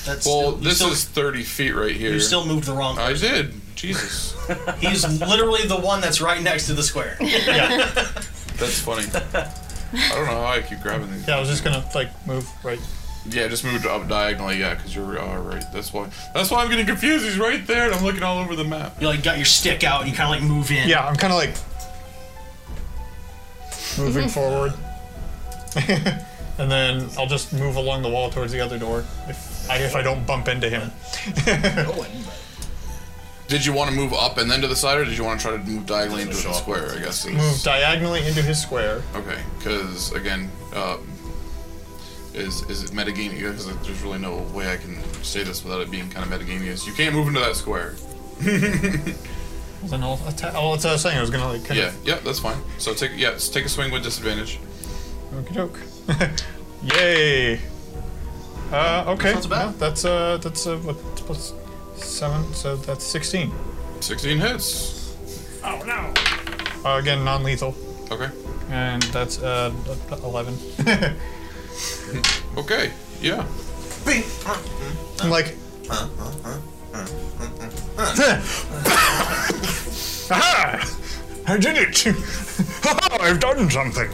Speaker 3: That's
Speaker 1: Well,
Speaker 3: still, you
Speaker 1: this
Speaker 3: still,
Speaker 1: is 30 feet right here.
Speaker 3: you still moved the wrong.
Speaker 1: I did. Jesus.
Speaker 3: He's literally the one that's right next to the square.
Speaker 4: Yeah.
Speaker 1: That's funny. I don't know how I keep grabbing these.
Speaker 4: Yeah, I was just gonna like move right.
Speaker 1: Yeah, just moved up diagonally. Yeah, because you're uh, right. That's why. That's why I'm getting confused. He's right there, and I'm looking all over the map.
Speaker 3: You like got your stick out and you kind of like move in.
Speaker 4: Yeah, I'm kind of like moving forward, and then I'll just move along the wall towards the other door if I, if I don't bump into him.
Speaker 1: Did you want to move up and then to the side, or did you want to try to move diagonally into the square? I guess. is-
Speaker 4: move diagonally into his square.
Speaker 1: Okay, because again, uh, is is it metagaming? Because there's really no way I can say this without it being kind of metagaming. You can't move into that square.
Speaker 4: Well, then I'll attack. Oh, that's what I was saying. I was gonna like kind
Speaker 1: Yeah, yeah, that's fine. So take yeah, s- take a swing with disadvantage.
Speaker 4: of okey doke. Yay. Uh, okay.
Speaker 3: Sounds about.
Speaker 4: No, that's uh, that's uh, what plus seven, so that's sixteen.
Speaker 1: Sixteen hits.
Speaker 4: Uh, again, non-lethal,
Speaker 1: Okay.
Speaker 4: and that's uh, eleven.
Speaker 1: Okay. Yeah.
Speaker 4: I'm like. Aha! I did it! Haha, I've done something!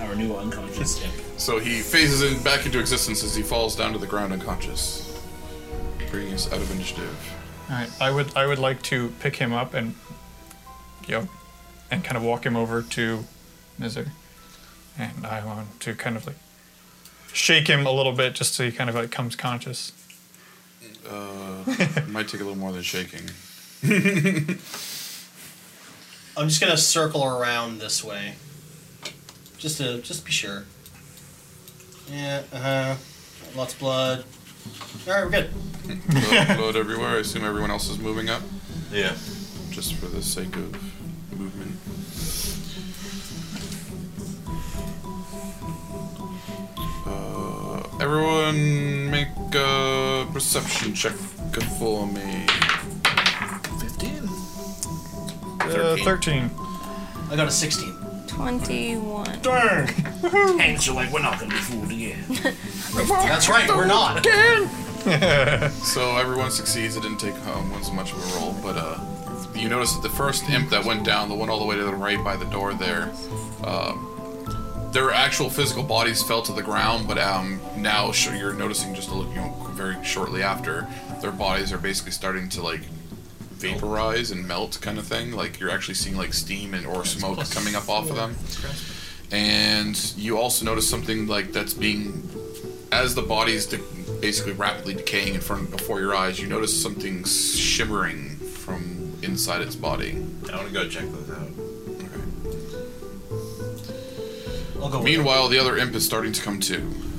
Speaker 7: Our new unconscious imp.
Speaker 1: So he phases in back into existence as he falls down to the ground unconscious, bringing us out of initiative.
Speaker 4: Alright, I would I would like to pick him up and yo and kind of walk him over to Mizer. And I want to kind of like shake him a little bit just so he kind of like comes conscious.
Speaker 1: It Uh, might take a little more than shaking.
Speaker 3: I'm just gonna circle around this way, just to just be sure. Yeah. Uh huh. Lots of blood. All right, we're good.
Speaker 1: Blood, blood everywhere. I assume everyone else is moving up,
Speaker 2: Yeah.
Speaker 1: just for the sake of movement. Uh, everyone, make a perception check for me.
Speaker 5: 15.
Speaker 4: Uh, 13.
Speaker 3: I got a 16.
Speaker 6: 21.
Speaker 8: And so, like, we're not gonna be fooled again.
Speaker 3: That's right. We're not.
Speaker 1: So everyone succeeds. It didn't take home was much of a roll, but uh, you notice that the first imp that went down, the one all the way to the right by the door there, um, their actual physical bodies fell to the ground. But um, now sh- you're noticing just a little, you know, very shortly after, their bodies are basically starting to like vaporize and melt, kind of thing. Like you're actually seeing like steam and or smoke coming up off of them. And you also notice something like that's being as the body's de- basically rapidly decaying in front before your eyes, you notice something shimmering from inside its body.
Speaker 2: I want to go check those out.
Speaker 3: I'll go. with it.
Speaker 1: Meanwhile, the other imp is starting to come to.